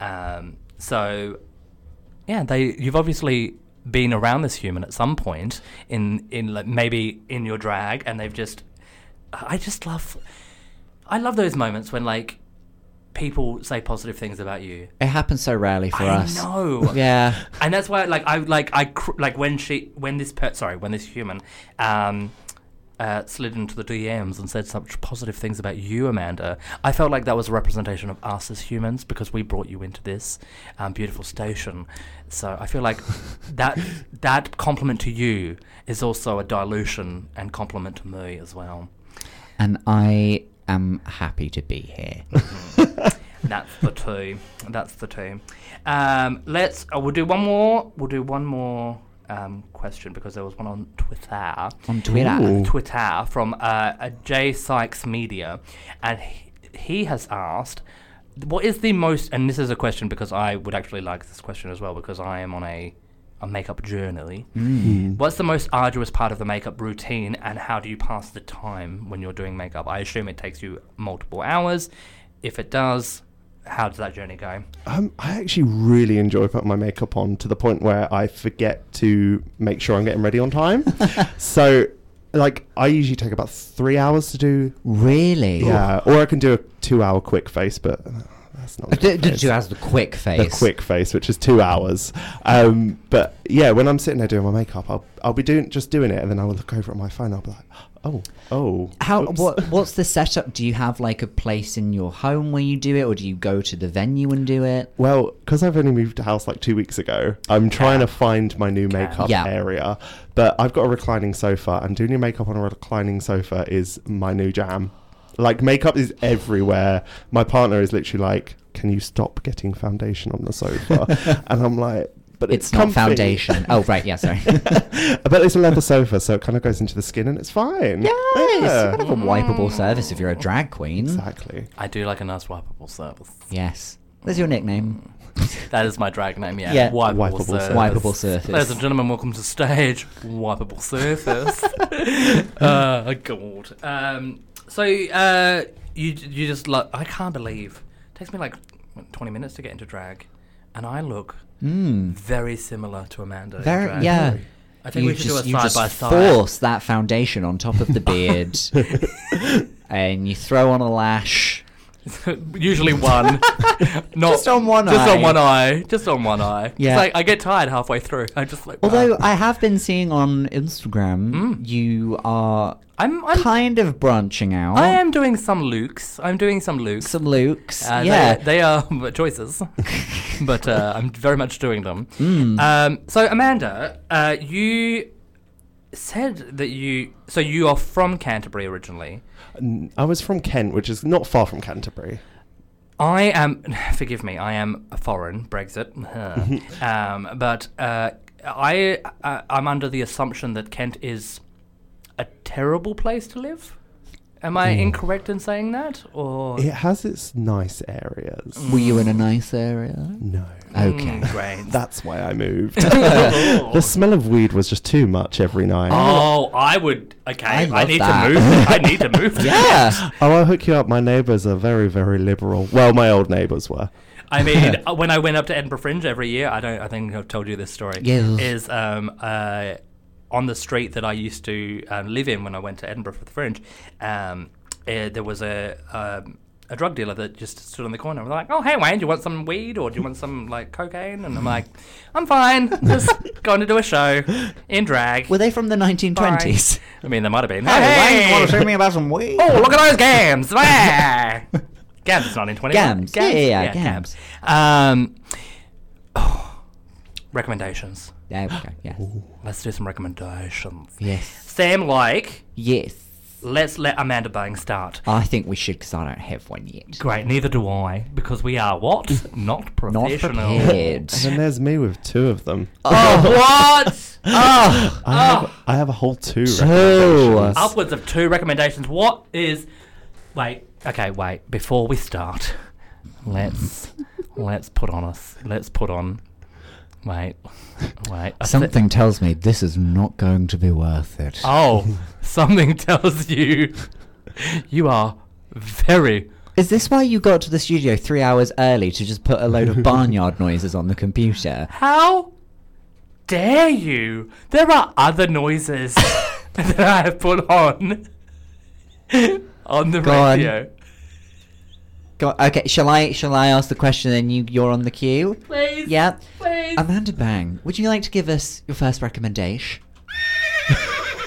Speaker 1: Um, so, yeah, they you've obviously been around this human at some point in in like, maybe in your drag, and they've just. I just love, I love those moments when like people say positive things about you
Speaker 2: It happens so rarely for
Speaker 1: I
Speaker 2: us.
Speaker 1: know. (laughs)
Speaker 2: Yeah.
Speaker 1: and that's why like I like I cr- like when she when this per- sorry when this human um uh, slid into the DMs and said such positive things about you, Amanda. I felt like that was a representation of us as humans because we brought you into this um, beautiful station. So I feel like that that compliment to you is also a dilution and compliment to me as well.
Speaker 2: And I am happy to be
Speaker 1: (laughs)
Speaker 2: here.
Speaker 1: That's the two. That's the two. Um, let's. Oh, we'll do one more. We'll do one more um, question because there was one on Twitter.
Speaker 2: On Twitter.
Speaker 3: Ooh.
Speaker 1: Twitter from uh, a J Sykes Media, and he, he has asked, "What is the most?" And this is a question because I would actually like this question as well because I am on a a makeup journey.
Speaker 2: Hmm.
Speaker 3: Hmm.
Speaker 1: What's the most arduous part of the makeup routine, and how do you pass the time when you're doing makeup? I assume it takes you multiple hours. If it does, how does that journey go?
Speaker 3: Um, I actually really enjoy putting my makeup on to the point where I forget to make sure I'm getting ready
Speaker 1: (laughs)
Speaker 3: on time. so, like, I usually take about three hours to do.
Speaker 2: Really?
Speaker 3: Yeah, or I can do a two-hour quick face, but uh, that's not. a
Speaker 2: D-
Speaker 3: good
Speaker 2: d-
Speaker 3: face.
Speaker 2: do as the quick face.
Speaker 3: The quick face, which is two hours. Um, but yeah, when I'm sitting there doing my makeup, I'll, I'll be doing just doing it, and then I will look over at my phone. I'll be like, oh, oh.
Speaker 2: How?
Speaker 3: oops."
Speaker 2: What? What's the setup? Do you have like a place in your home where you do it, or do you go to the venue and do it?
Speaker 3: Well, because I've only moved house like two weeks ago, I'm trying to find my new makeup
Speaker 2: Yeah.
Speaker 3: area. But I've got a reclining sofa, and doing your makeup on a reclining sofa is my new jam. Like makeup is everywhere. My partner is literally like, "Can you stop getting foundation on
Speaker 2: (laughs)
Speaker 3: the sofa?" and I'm like, "But it's,
Speaker 2: It's, not
Speaker 3: comfy."
Speaker 2: foundation. oh right, yeah, sorry.
Speaker 3: (laughs) but it's a leather sofa, so it kind of goes into the skin, and it's fine.
Speaker 2: Yes, kind of
Speaker 3: Yeah.
Speaker 2: a Mm-hmm. wipeable service if you're a drag queen.
Speaker 3: exactly.
Speaker 1: I do like a nice wipeable service.
Speaker 2: Yes, there's
Speaker 1: (laughs)
Speaker 2: your nickname.
Speaker 1: That is my drag name, yeah.
Speaker 2: Yeah.
Speaker 1: Wipeable,
Speaker 3: Wipeable
Speaker 1: surface.
Speaker 3: surface.
Speaker 2: Wipeable surface.
Speaker 1: Ladies and gentlemen, welcome to stage. Wipeable (laughs) surface. uh, God. Um, so uh, you you just look. I can't believe. It takes me like what, twenty minutes to get into drag, and I look
Speaker 2: Mm.
Speaker 1: very similar to Amanda. in
Speaker 2: Very,
Speaker 1: drag.
Speaker 2: yeah.
Speaker 1: I think we should do
Speaker 2: you
Speaker 1: a side
Speaker 2: just
Speaker 1: by side.
Speaker 2: force that foundation on top of the beard, and you throw on a lash.
Speaker 1: (laughs) Usually
Speaker 2: (laughs)
Speaker 1: one, not
Speaker 2: Just on one
Speaker 1: just on
Speaker 2: eye.
Speaker 1: one eye, just on one eye. It's
Speaker 2: Yeah.
Speaker 1: like I get tired halfway through. I'm just like,
Speaker 2: Although
Speaker 1: "Wow."
Speaker 2: I have been seeing on Instagram, you are
Speaker 1: I'm, Mm. I'm
Speaker 2: kind of branching out.
Speaker 1: I am doing some looks. I'm doing some looks.
Speaker 2: some Luke's.
Speaker 1: Uh, they-
Speaker 2: yeah,
Speaker 1: they, are (laughs)
Speaker 2: (laughs)
Speaker 1: choices, but
Speaker 2: Mm.
Speaker 1: uh, I'm very much doing them. Um, so Amanda, uh, you said that you. So you are from Canterbury originally.
Speaker 3: N- I was from Kent, which is not far from Canterbury.
Speaker 1: I am. (sighs) Forgive me. I am foreign. Brexit. (laughs) um, but uh, I, I I'm under the assumption that Kent is a terrible place to live. Am
Speaker 2: Hmm.
Speaker 1: I incorrect in saying that? Or
Speaker 3: It has its nice areas.
Speaker 2: Were you in a nice area?
Speaker 3: No.
Speaker 2: Okay.
Speaker 1: Mm, great.
Speaker 3: That's why I
Speaker 1: (laughs)
Speaker 3: moved. (laughs) the smell of weed was just too much every night.
Speaker 1: Oh, I would. Okay,
Speaker 2: I
Speaker 1: I,
Speaker 2: love
Speaker 1: need
Speaker 2: Oh, that.
Speaker 1: to move. I need to
Speaker 2: (laughs)
Speaker 1: move.
Speaker 2: Yeah.
Speaker 3: Oh, I'll hook you up. My neighbours are very, very liberal. Well, my old neighbours were.
Speaker 1: I
Speaker 2: (laughs)
Speaker 1: mean, uh, when I went up to Edinburgh Fringe every year, I don't. I think I've told you this story.
Speaker 2: Yes.
Speaker 1: Is um uh, on the street that I used to um, live in when I went to Edinburgh for the Fringe. Um, eh, there was a. Um, a drug dealer that just stood on the corner and was like, "Oh, hey Wayne, do you want some weed or do you want some like cocaine?" And I'm
Speaker 2: Hmm.
Speaker 1: like, "I'm fine,
Speaker 2: (laughs)
Speaker 1: just going to do a show in drag."
Speaker 2: Were they from the 1920s?
Speaker 1: I mean, there might have been.
Speaker 2: Hey,
Speaker 1: Hey!
Speaker 2: want to show me about some weed?
Speaker 1: Oh, look at those gams!
Speaker 2: (laughs)
Speaker 1: There! gams is not in 21.
Speaker 2: Gams. Yeah, yeah, yeah, gams.
Speaker 1: Um, oh, recommendations.
Speaker 2: Yeah, okay, yes.
Speaker 1: Let's do some recommendations.
Speaker 2: Yes.
Speaker 1: Sam, like,
Speaker 2: Yes.
Speaker 1: let's let Amanda Bang start.
Speaker 2: I think we should because I don't have one yet.
Speaker 1: Great, neither do I, because we are what? Not
Speaker 2: Not
Speaker 1: professional. (laughs)
Speaker 2: (laughs) prepared.
Speaker 3: And then there's me with two of them.
Speaker 1: Oh,
Speaker 3: (laughs)
Speaker 2: (laughs)
Speaker 1: what?
Speaker 2: oh,
Speaker 3: I, have, I have a whole two. recommendations.
Speaker 1: Upwards of two recommendations. What is? Wait. Okay. Wait. Before we start, let's let's put on us. Let's put on. Wait. Wait. I said-
Speaker 2: something tells me this is not going to be worth it.
Speaker 1: oh, something tells (laughs) you you are very.
Speaker 2: Is this why you got to the studio three hours early to just put a load of barnyard noises on the computer?
Speaker 1: How dare you? There are other noises (laughs) that I have put on on the
Speaker 2: Go on.
Speaker 1: radio.
Speaker 2: Go okay, shall I shall I ask the question and you you're on the queue?
Speaker 1: Please.
Speaker 2: Yeah.
Speaker 1: Please.
Speaker 2: Amanda Bang, would you like to give us your first recommendation?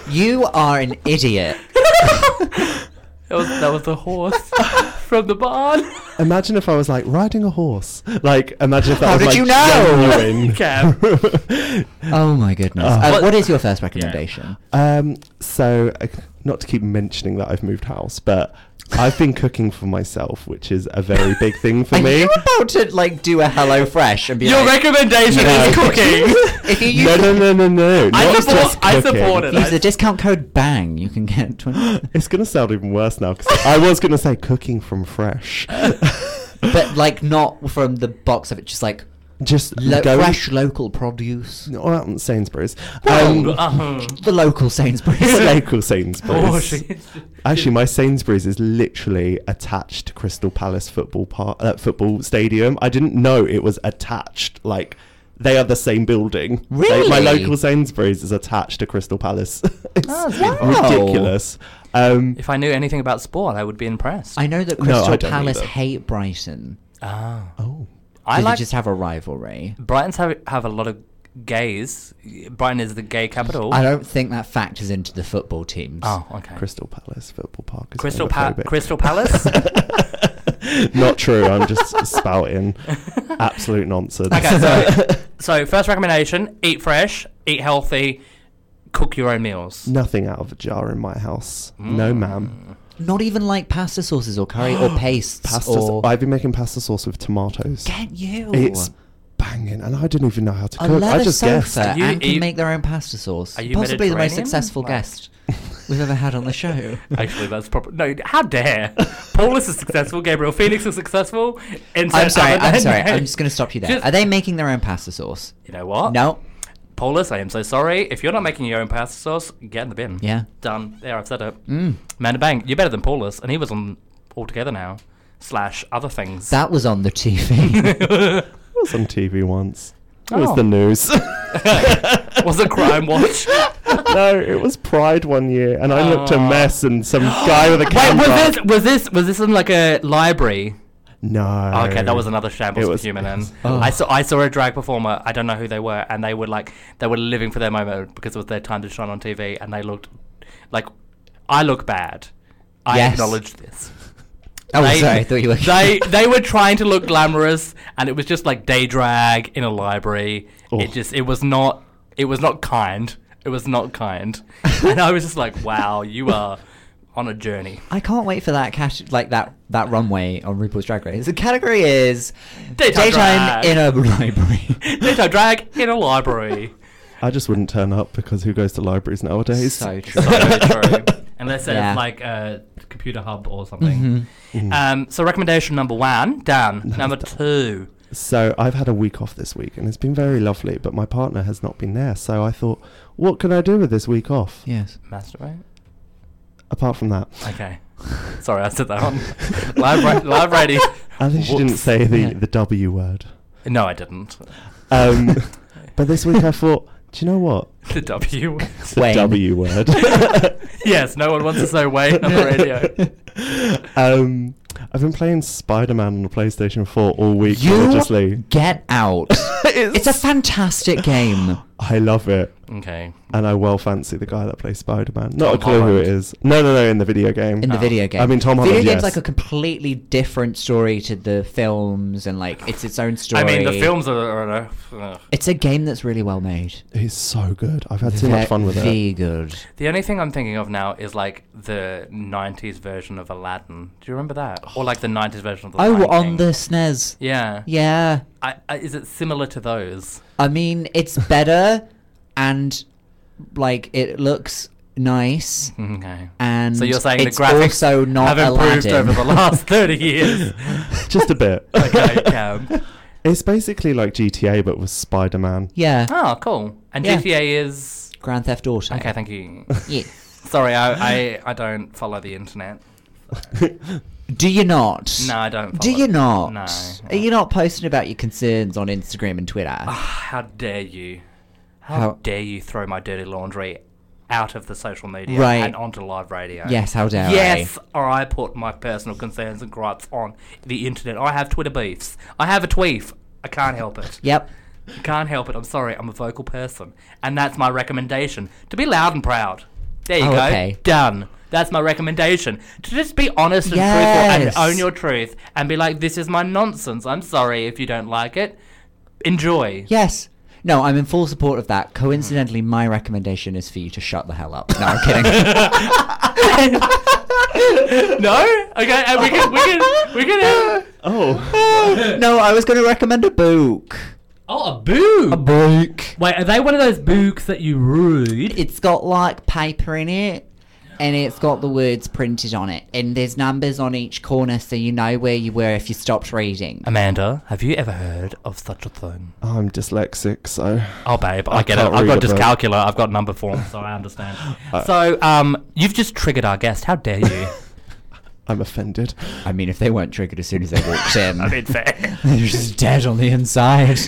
Speaker 2: you are an idiot.
Speaker 1: That was, that was a
Speaker 2: (laughs)
Speaker 1: horse from the barn.
Speaker 3: Imagine if I was like riding a horse. Like, imagine if that
Speaker 2: How
Speaker 3: was
Speaker 2: did
Speaker 3: like,
Speaker 2: you know?
Speaker 3: genuine.
Speaker 1: Cam.
Speaker 2: (laughs) Oh my goodness.
Speaker 3: Uh,
Speaker 2: Uh,
Speaker 1: What-
Speaker 2: what is your first recommendation?
Speaker 3: (laughs) Um, so, uh, not to keep mentioning that I've moved house, but I've been cooking for myself, which is a very big thing for
Speaker 2: Are
Speaker 3: me.
Speaker 2: you about to like do a Hello Fresh and be
Speaker 1: Your
Speaker 2: like,
Speaker 1: recommendation
Speaker 3: (laughs) No.
Speaker 1: is
Speaker 2: (laughs)
Speaker 1: cooking.
Speaker 2: if you use
Speaker 3: No, no, no, no, no.
Speaker 1: I
Speaker 3: not
Speaker 1: support-
Speaker 3: just
Speaker 1: I
Speaker 3: cooking.
Speaker 1: support it.
Speaker 2: use the discount code BANG, you can get 20
Speaker 3: (laughs) (gasps)
Speaker 2: (laughs)
Speaker 3: It's gonna sound even worse now 'cause I was gonna say cooking from
Speaker 2: (laughs)
Speaker 3: fresh,
Speaker 2: But like not from the box of it, just like
Speaker 3: just
Speaker 2: lo-
Speaker 3: go (laughs)
Speaker 2: fresh local produce.
Speaker 3: Not out in Sainsbury's,
Speaker 2: Well, uh,
Speaker 3: um,
Speaker 1: Uh-huh.
Speaker 2: The local
Speaker 3: (laughs) the
Speaker 2: Sainsbury's.
Speaker 3: (laughs)
Speaker 2: (laughs)
Speaker 3: local Sainsbury's.
Speaker 1: Oh, she-
Speaker 3: Actually, my Sainsbury's is literally attached to Crystal Palace football par- uh, football stadium. I didn't know it was attached. Like they are the same building. They- my
Speaker 2: Really? Oh,
Speaker 3: local Sainsbury's is attached to Crystal Palace. (laughs) it's
Speaker 2: wow.
Speaker 3: ridiculous. Um,
Speaker 1: If I knew anything about sport, I would be impressed.
Speaker 2: I know that
Speaker 3: No,
Speaker 2: Crystal
Speaker 3: I don't
Speaker 2: Palace
Speaker 3: either.
Speaker 2: hate Brighton.
Speaker 1: Ah.
Speaker 3: oh,
Speaker 1: I
Speaker 2: Did they
Speaker 1: like
Speaker 2: just have a rivalry?
Speaker 1: Brighton's have, have a lot of gays. Brighton is the gay capital.
Speaker 2: I don't think that factors into the football teams. (laughs)
Speaker 1: oh, okay.
Speaker 3: Crystal Palace football park. Is
Speaker 1: Crystal, pa-
Speaker 3: homophobic.
Speaker 1: Crystal
Speaker 2: (laughs)
Speaker 1: Palace.
Speaker 3: Not true. I'm just spouting absolute nonsense.
Speaker 1: (laughs)
Speaker 3: (laughs)
Speaker 1: okay, so so first recommendation: eat fresh, eat healthy, cook your own meals.
Speaker 3: Nothing out of a jar in my house.
Speaker 1: Mm.
Speaker 3: No, ma'am.
Speaker 2: (laughs) Not even like pasta sauces or curry
Speaker 3: (gasps)
Speaker 2: or pastes
Speaker 3: Pasta.
Speaker 2: or.
Speaker 3: I've been making pasta sauce with tomatoes.
Speaker 2: Get you.
Speaker 3: It's banging, and I didn't even know how to
Speaker 2: a
Speaker 3: cook.
Speaker 2: leather
Speaker 3: I just guessed.
Speaker 2: sofa
Speaker 1: Are you-
Speaker 2: and
Speaker 1: are
Speaker 2: can
Speaker 1: you-
Speaker 2: make their own pasta sauce.
Speaker 1: Are you
Speaker 2: Possibly the most
Speaker 1: Mediterranean?
Speaker 2: successful
Speaker 1: Like-
Speaker 2: guest we've ever had on the
Speaker 1: (laughs)
Speaker 2: show.
Speaker 1: Actually, that's proper. No, how dare Paulus is successful, Gabriel Felix is successful. and
Speaker 2: I'm sorry, I'm
Speaker 1: (laughs)
Speaker 2: sorry. I'm just going to stop you there.
Speaker 1: Just-
Speaker 2: Are they making their own pasta sauce?
Speaker 1: You know what?
Speaker 2: No.
Speaker 1: Paulus, I am so sorry. If you're not making your own pasta sauce, get in the bin.
Speaker 2: Yeah.
Speaker 1: Done. There, I've said it.
Speaker 2: Mm.
Speaker 1: Man Bang, you're better than Paulus, and he was on All Together Now, slash other things.
Speaker 2: That was on
Speaker 1: (laughs)
Speaker 2: the TV.
Speaker 3: It was on TV once. It was
Speaker 1: Oh.
Speaker 3: the news.
Speaker 1: (laughs)
Speaker 3: (laughs)
Speaker 1: was it Crime Watch?
Speaker 3: no, it was Pride one year, and I looked a
Speaker 1: Aw.
Speaker 3: mess, and some guy with a
Speaker 1: Ah. (gasps) Wait,
Speaker 3: camera.
Speaker 1: was this, was this was this in like a library?
Speaker 3: No.
Speaker 1: Okay, that was another shambles
Speaker 3: It
Speaker 1: of
Speaker 3: was- Oh.
Speaker 1: human.
Speaker 3: it
Speaker 1: And
Speaker 3: was-
Speaker 2: Oh.
Speaker 1: I saw I saw a drag performer. I don't know who they were, and they were like they were living for their moment because it was their time to shine on TV, and they looked like I look bad. I
Speaker 2: Yes.
Speaker 1: acknowledge this.
Speaker 2: oh,
Speaker 1: They-
Speaker 2: sorry. (laughs) I thought
Speaker 3: (laughs)
Speaker 2: you were.
Speaker 1: They they were trying to look glamorous, and it was just like day drag in a library.
Speaker 3: Oh.
Speaker 1: It just it was not it was not kind. It It was not kind. (laughs) and I was just like, wow, you are on a journey.
Speaker 2: I can't wait for that cash, like that that runway on RuPaul's Drag Race. The category is
Speaker 1: Daytime drag.
Speaker 2: in a library.
Speaker 1: (laughs) Ditto drag in a library.
Speaker 3: I just wouldn't turn up because who goes to libraries nowadays?
Speaker 2: So true.
Speaker 1: So
Speaker 3: (laughs)
Speaker 1: true.
Speaker 2: (laughs)
Speaker 1: Unless it's
Speaker 2: Yeah.
Speaker 1: like a computer hub or
Speaker 2: Mm-hmm.
Speaker 1: something.
Speaker 3: Hmm. Mm.
Speaker 1: Um, so recommendation number one, done. Number two,
Speaker 3: So I've had a week off this week and it's been very lovely, but my partner has not been there. So I thought, what can I do with this week off?
Speaker 2: Yes.
Speaker 1: masturbate.
Speaker 3: Apart from that,
Speaker 1: Okay. Sorry, I said that on live, ra- live
Speaker 3: (laughs)
Speaker 1: radio.
Speaker 3: at least you didn't
Speaker 1: Whoops.
Speaker 3: say the,
Speaker 2: Yeah.
Speaker 3: the W word.
Speaker 1: No, I didn't.
Speaker 2: (laughs)
Speaker 1: (laughs)
Speaker 3: Um, but this week I thought, do you know what?
Speaker 1: The W. (laughs)
Speaker 3: It's the
Speaker 2: Wayne.
Speaker 3: W (laughs) word.
Speaker 1: yes, no one wants to say Wayne on the radio.
Speaker 3: (laughs) um, I've been playing Spider Man on the PlayStation 4 all week
Speaker 2: You
Speaker 3: religiously.
Speaker 2: get
Speaker 3: (laughs)
Speaker 2: out. it's a fantastic game.
Speaker 3: I love it.
Speaker 1: Okay.
Speaker 3: And I well fancy the guy that plays Spider Man. Not a
Speaker 1: Tom
Speaker 3: clue who
Speaker 1: Holland.
Speaker 3: it is. No, no, no, in the video game. Ah,
Speaker 2: in the
Speaker 1: Oh.
Speaker 2: video game.
Speaker 3: I mean, Tom Holland,
Speaker 2: Video game's
Speaker 3: yes.
Speaker 2: like a completely different story to the films, and like it's its own story.
Speaker 1: I mean, the films are. are, are ugh.
Speaker 2: It's a game that's really well made.
Speaker 3: He's so good. I've had too much fun with it.
Speaker 2: Very good.
Speaker 1: The only thing I'm thinking of now is like the 90s version of Aladdin. Do you remember that? Or like the 90s version of the
Speaker 2: Oh,
Speaker 1: Lion
Speaker 2: on
Speaker 1: King.
Speaker 2: the SNES.
Speaker 1: Yeah.
Speaker 2: Yeah.
Speaker 1: I, I, is it similar to those?
Speaker 2: I mean, it's better, and like it looks nice,
Speaker 1: (laughs) Okay.
Speaker 2: and
Speaker 1: So you're saying
Speaker 2: it's
Speaker 1: the graphics
Speaker 2: also not
Speaker 1: have improved
Speaker 2: Aladdin.
Speaker 1: over the last 30
Speaker 2: (laughs)
Speaker 1: years?
Speaker 3: (laughs) Just
Speaker 1: (laughs)
Speaker 3: a bit.
Speaker 1: okay, yeah.
Speaker 3: It's basically like GTA, but with Spider Man.
Speaker 2: yeah.
Speaker 1: Oh, cool. And
Speaker 2: Yeah.
Speaker 1: GTA is.
Speaker 2: Grand Theft Auto.
Speaker 1: Okay, thank you.
Speaker 2: (laughs) Yeah.
Speaker 1: Sorry, I, I, I don't follow the
Speaker 2: (laughs)
Speaker 1: internet.
Speaker 3: (laughs)
Speaker 2: Do you not?
Speaker 1: No, I don't. Follow
Speaker 2: Do you
Speaker 1: it.
Speaker 2: not?
Speaker 1: No. Ah.
Speaker 2: Are you not posting about your concerns on Instagram and Twitter?
Speaker 1: How dare you? How,
Speaker 2: How-
Speaker 1: dare you throw my dirty laundry out of the social media
Speaker 2: Right.
Speaker 1: and onto live radio?
Speaker 2: Yes, how dare
Speaker 1: Yes, I put my personal concerns and gripes on the internet. I have Twitter beefs. I have a tweef. I can't help it.
Speaker 2: I? Yep.
Speaker 1: Can't help it. I'm sorry. I'm a vocal person, and that's my recommendation: to be loud and proud. There you
Speaker 2: Oh,
Speaker 1: go.
Speaker 2: okay.
Speaker 1: Done. That's my recommendation. To just be honest and
Speaker 2: Yes.
Speaker 1: truthful and own your truth, and be like, "This is my nonsense. I'm sorry if you don't like it. Enjoy."
Speaker 2: Yes. No, I'm in full support of that. Coincidentally, my recommendation is for you to shut the hell up. No, I'm kidding.
Speaker 1: (laughs) No. Okay. And we can. We can. We can.
Speaker 2: (laughs)
Speaker 1: Have,
Speaker 3: Oh.
Speaker 2: no, I was going to recommend a book.
Speaker 1: oh, a boo.
Speaker 2: book.
Speaker 1: Wait, are they one of those books that you read?
Speaker 2: It's got like paper in it, and it's got the words printed on it, and there's numbers on each corner, so you know where you were if you stopped reading.
Speaker 1: Amanda, have you ever heard of such a thing?
Speaker 3: I'm dyslexic, so.
Speaker 1: Oh, babe, I,
Speaker 3: I
Speaker 1: get it.
Speaker 3: can't
Speaker 1: I've got
Speaker 3: read a book.
Speaker 1: dyscalculia. I've got number form, so I understand. (laughs) so, um, you've just triggered our guest. How dare (laughs) you?
Speaker 3: I'm offended.
Speaker 2: I mean, if they weren't triggered as soon as they
Speaker 1: (laughs)
Speaker 2: walked in,
Speaker 1: I mean, fair.
Speaker 2: (laughs) they're just dead on
Speaker 1: (laughs)
Speaker 2: the inside.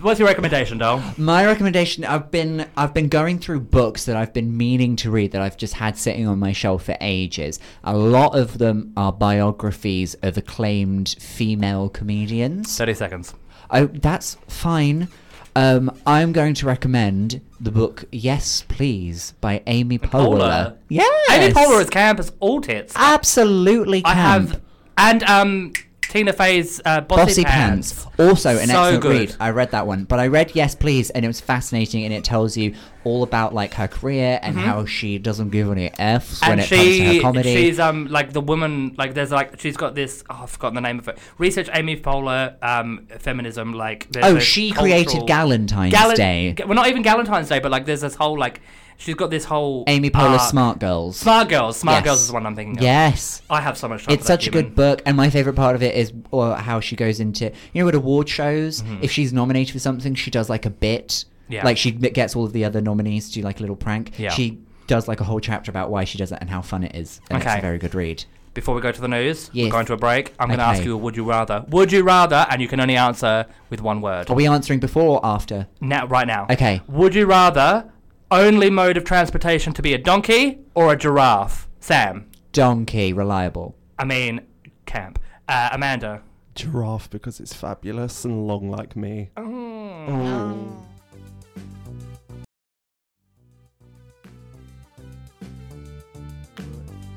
Speaker 1: What's your recommendation, doll?
Speaker 2: My recommendation: I've been I've been going through books that I've been meaning to read that I've just had sitting on my shelf for ages. A lot of them are biographies of acclaimed female comedians.
Speaker 1: Thirty seconds.
Speaker 2: Oh, that's fine. Um, I'm going to recommend the book Yes Please by Amy
Speaker 1: Poehler?
Speaker 2: Poehler. Yes,
Speaker 1: Amy Poehler is campus all tits.
Speaker 2: absolutely.
Speaker 1: I
Speaker 2: camp.
Speaker 1: have, Ah, and um, Tina Fey's uh, bossy,
Speaker 2: Bossy
Speaker 1: pants.
Speaker 2: Pants. Also, an
Speaker 1: So
Speaker 2: excellent
Speaker 1: good.
Speaker 2: read. I read that one, but I read Yes Please, and it was fascinating, and it tells you all about like her career and how she doesn't give any f's when
Speaker 1: Mm-hmm. And
Speaker 2: it comes to
Speaker 1: she,
Speaker 2: her comedy.
Speaker 1: she's um like the woman like there's like she's got this oh, I've forgotten the name of it research Amy Poehler um feminism like there's
Speaker 2: oh,
Speaker 1: a
Speaker 2: she
Speaker 1: cultural-
Speaker 2: created Galentine's
Speaker 1: Gal-
Speaker 2: Day.
Speaker 1: Ga- well not even Galentine's Day but like there's this whole like she's got this whole
Speaker 2: Amy Poehler,
Speaker 1: uh,
Speaker 2: Smart Girls.
Speaker 1: Smart Girls. Smart
Speaker 2: Yes.
Speaker 1: Girls is the one I'm thinking of.
Speaker 2: yes.
Speaker 1: I have so much time.
Speaker 2: It's such a good book, and my favorite part of it is uh, how she goes into you know at award shows. If she's nominated for something, she does like a bit,
Speaker 1: Mm-hmm. Yeah.
Speaker 2: like she m- gets all of the other nominees to do like a little prank.
Speaker 1: Yeah.
Speaker 2: She does like a whole chapter about why she does it and how fun it is, and it's
Speaker 1: Okay.
Speaker 2: a very good read.
Speaker 1: Before we go to the news, we're
Speaker 2: Yes.
Speaker 1: going to a break. I'm going to ask
Speaker 2: Okay.
Speaker 1: you a would you rather. Would you rather, and you can only answer with one word.
Speaker 2: Are we answering before or after?
Speaker 1: now, right now.
Speaker 2: Okay.
Speaker 1: Would you rather only mode of transportation to be a donkey or a giraffe? Sam.
Speaker 2: Donkey, reliable.
Speaker 1: I mean, camp. Uh, Amanda.
Speaker 3: Giraffe because it's fabulous and long like me.
Speaker 2: Oh.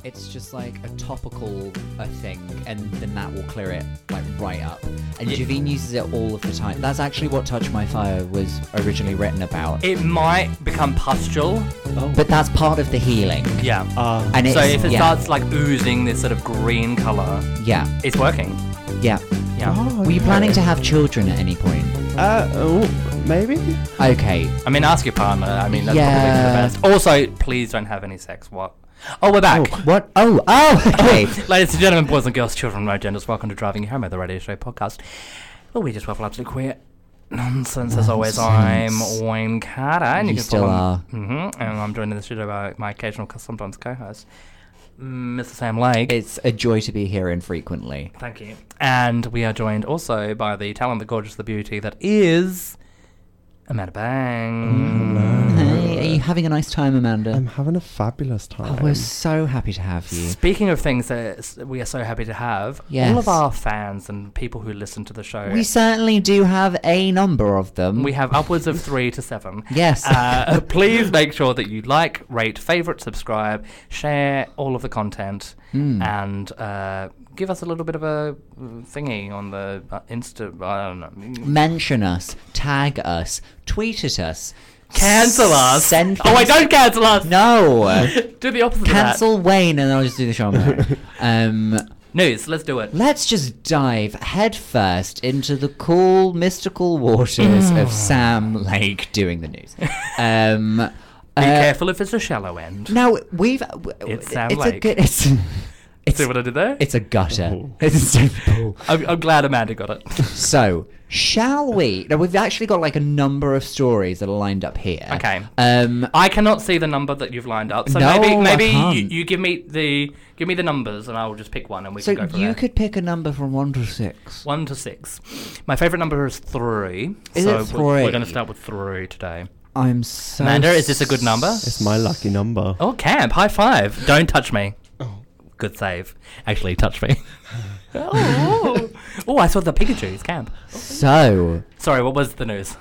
Speaker 2: It's just like a topical uh, thing, and then that will clear it like right up. And
Speaker 1: Ye-
Speaker 2: Javine uses it all of the time. That's actually what "Touch My Fire" was originally written about.
Speaker 1: It might become pustule.
Speaker 2: but that's part of the healing.
Speaker 1: Yeah.
Speaker 3: Uh,
Speaker 2: And it's,
Speaker 1: so if it
Speaker 2: yeah,
Speaker 1: starts like oozing this sort of green color,
Speaker 2: yeah,
Speaker 1: it's working.
Speaker 2: yeah.
Speaker 1: Yeah.
Speaker 3: oh,
Speaker 2: Were you
Speaker 3: okay.
Speaker 2: planning to have children at any point?
Speaker 3: Uh, oh, maybe.
Speaker 2: Okay.
Speaker 1: I mean, ask your partner. I mean, that's
Speaker 2: Yeah.
Speaker 1: probably the best. Also, please don't have any sex. What? Oh, we're back.
Speaker 2: What? Oh, oh, (laughs) okay.
Speaker 1: (laughs) Ladies and gentlemen, boys and girls, children, no genders, welcome to Driving You Home, the radio show podcast. Well, we just waffle absolute queer nonsense, as always. I'm
Speaker 2: Nonsense.
Speaker 1: Wayne Carter, and you,
Speaker 2: You
Speaker 1: can
Speaker 2: still
Speaker 1: follow
Speaker 2: are.
Speaker 1: hmm and I'm joined in the studio by my occasional, co- sometimes co-host, Mr. Sam Lake.
Speaker 2: it's a joy to be here infrequently.
Speaker 1: Thank you. And we are joined also by the talent, the gorgeous, the beauty that is Amanda Bang.
Speaker 2: Hey, are you having a nice time, Amanda?
Speaker 3: Mm. I'm having a fabulous time.
Speaker 2: Oh, we're so happy to have you.
Speaker 1: Speaking of things that s- we are so happy to have, all
Speaker 2: Yes.
Speaker 1: of our fans and people who listen to the show,
Speaker 2: We certainly do have a number of them.
Speaker 1: we have upwards of three to seven.
Speaker 2: Yes.
Speaker 1: Uh, (laughs) please make sure that you like, rate, favorite, subscribe, share all of the content,
Speaker 2: Mm.
Speaker 1: and uh, give us a little bit of a uh, thingy on the uh, Insta. I don't know.
Speaker 2: Mention us, tag us, tweet at us,
Speaker 1: Cancel us.
Speaker 2: Send
Speaker 1: oh, I
Speaker 2: things-
Speaker 1: don't cancel us. (laughs)
Speaker 2: No,
Speaker 1: do the opposite. Of
Speaker 2: cancel Wayne, and I'll just do the show. on my own.
Speaker 3: (laughs)
Speaker 2: um,
Speaker 1: that. News. Let's do (laughs) it.
Speaker 2: let's just dive headfirst into the cool, mystical waters
Speaker 1: Mm.
Speaker 2: of Sam Lake doing the news. Um,
Speaker 1: (laughs) Be
Speaker 2: uh,
Speaker 1: careful if it's a shallow end.
Speaker 2: Now we've. w-
Speaker 1: It's Sam
Speaker 2: it's A
Speaker 1: Lake.
Speaker 2: good, it's, it's,
Speaker 1: See what I did there?
Speaker 2: it's a (laughs) gutter.
Speaker 3: Oh.
Speaker 2: It's simple.
Speaker 1: I'm, I'm glad Amanda got it.
Speaker 2: So, shall we? Now we've actually got like a number of stories that are lined up here.
Speaker 1: Okay.
Speaker 2: Um.
Speaker 1: I cannot see the number that you've lined up, so
Speaker 2: No, I
Speaker 1: maybe maybe you,
Speaker 2: can't.
Speaker 1: you give me the give me the numbers, and I will just pick one, and we
Speaker 2: So
Speaker 1: can go from
Speaker 2: you
Speaker 1: there.
Speaker 2: could pick a number from one to six.
Speaker 1: One to six. My favorite number is three.
Speaker 2: Is
Speaker 1: so
Speaker 2: it
Speaker 1: we- We're,
Speaker 2: three?
Speaker 1: going to start with three today.
Speaker 2: I'm so.
Speaker 1: Amanda, is this a good number?
Speaker 3: It's my lucky number. Oh.
Speaker 1: Oh, camp! High five! Don't touch me. Good save. Actually, touch
Speaker 2: (laughs)
Speaker 1: me. oh, oh! I saw the Pikachu's camp.
Speaker 2: So,
Speaker 1: Sorry, what was the news?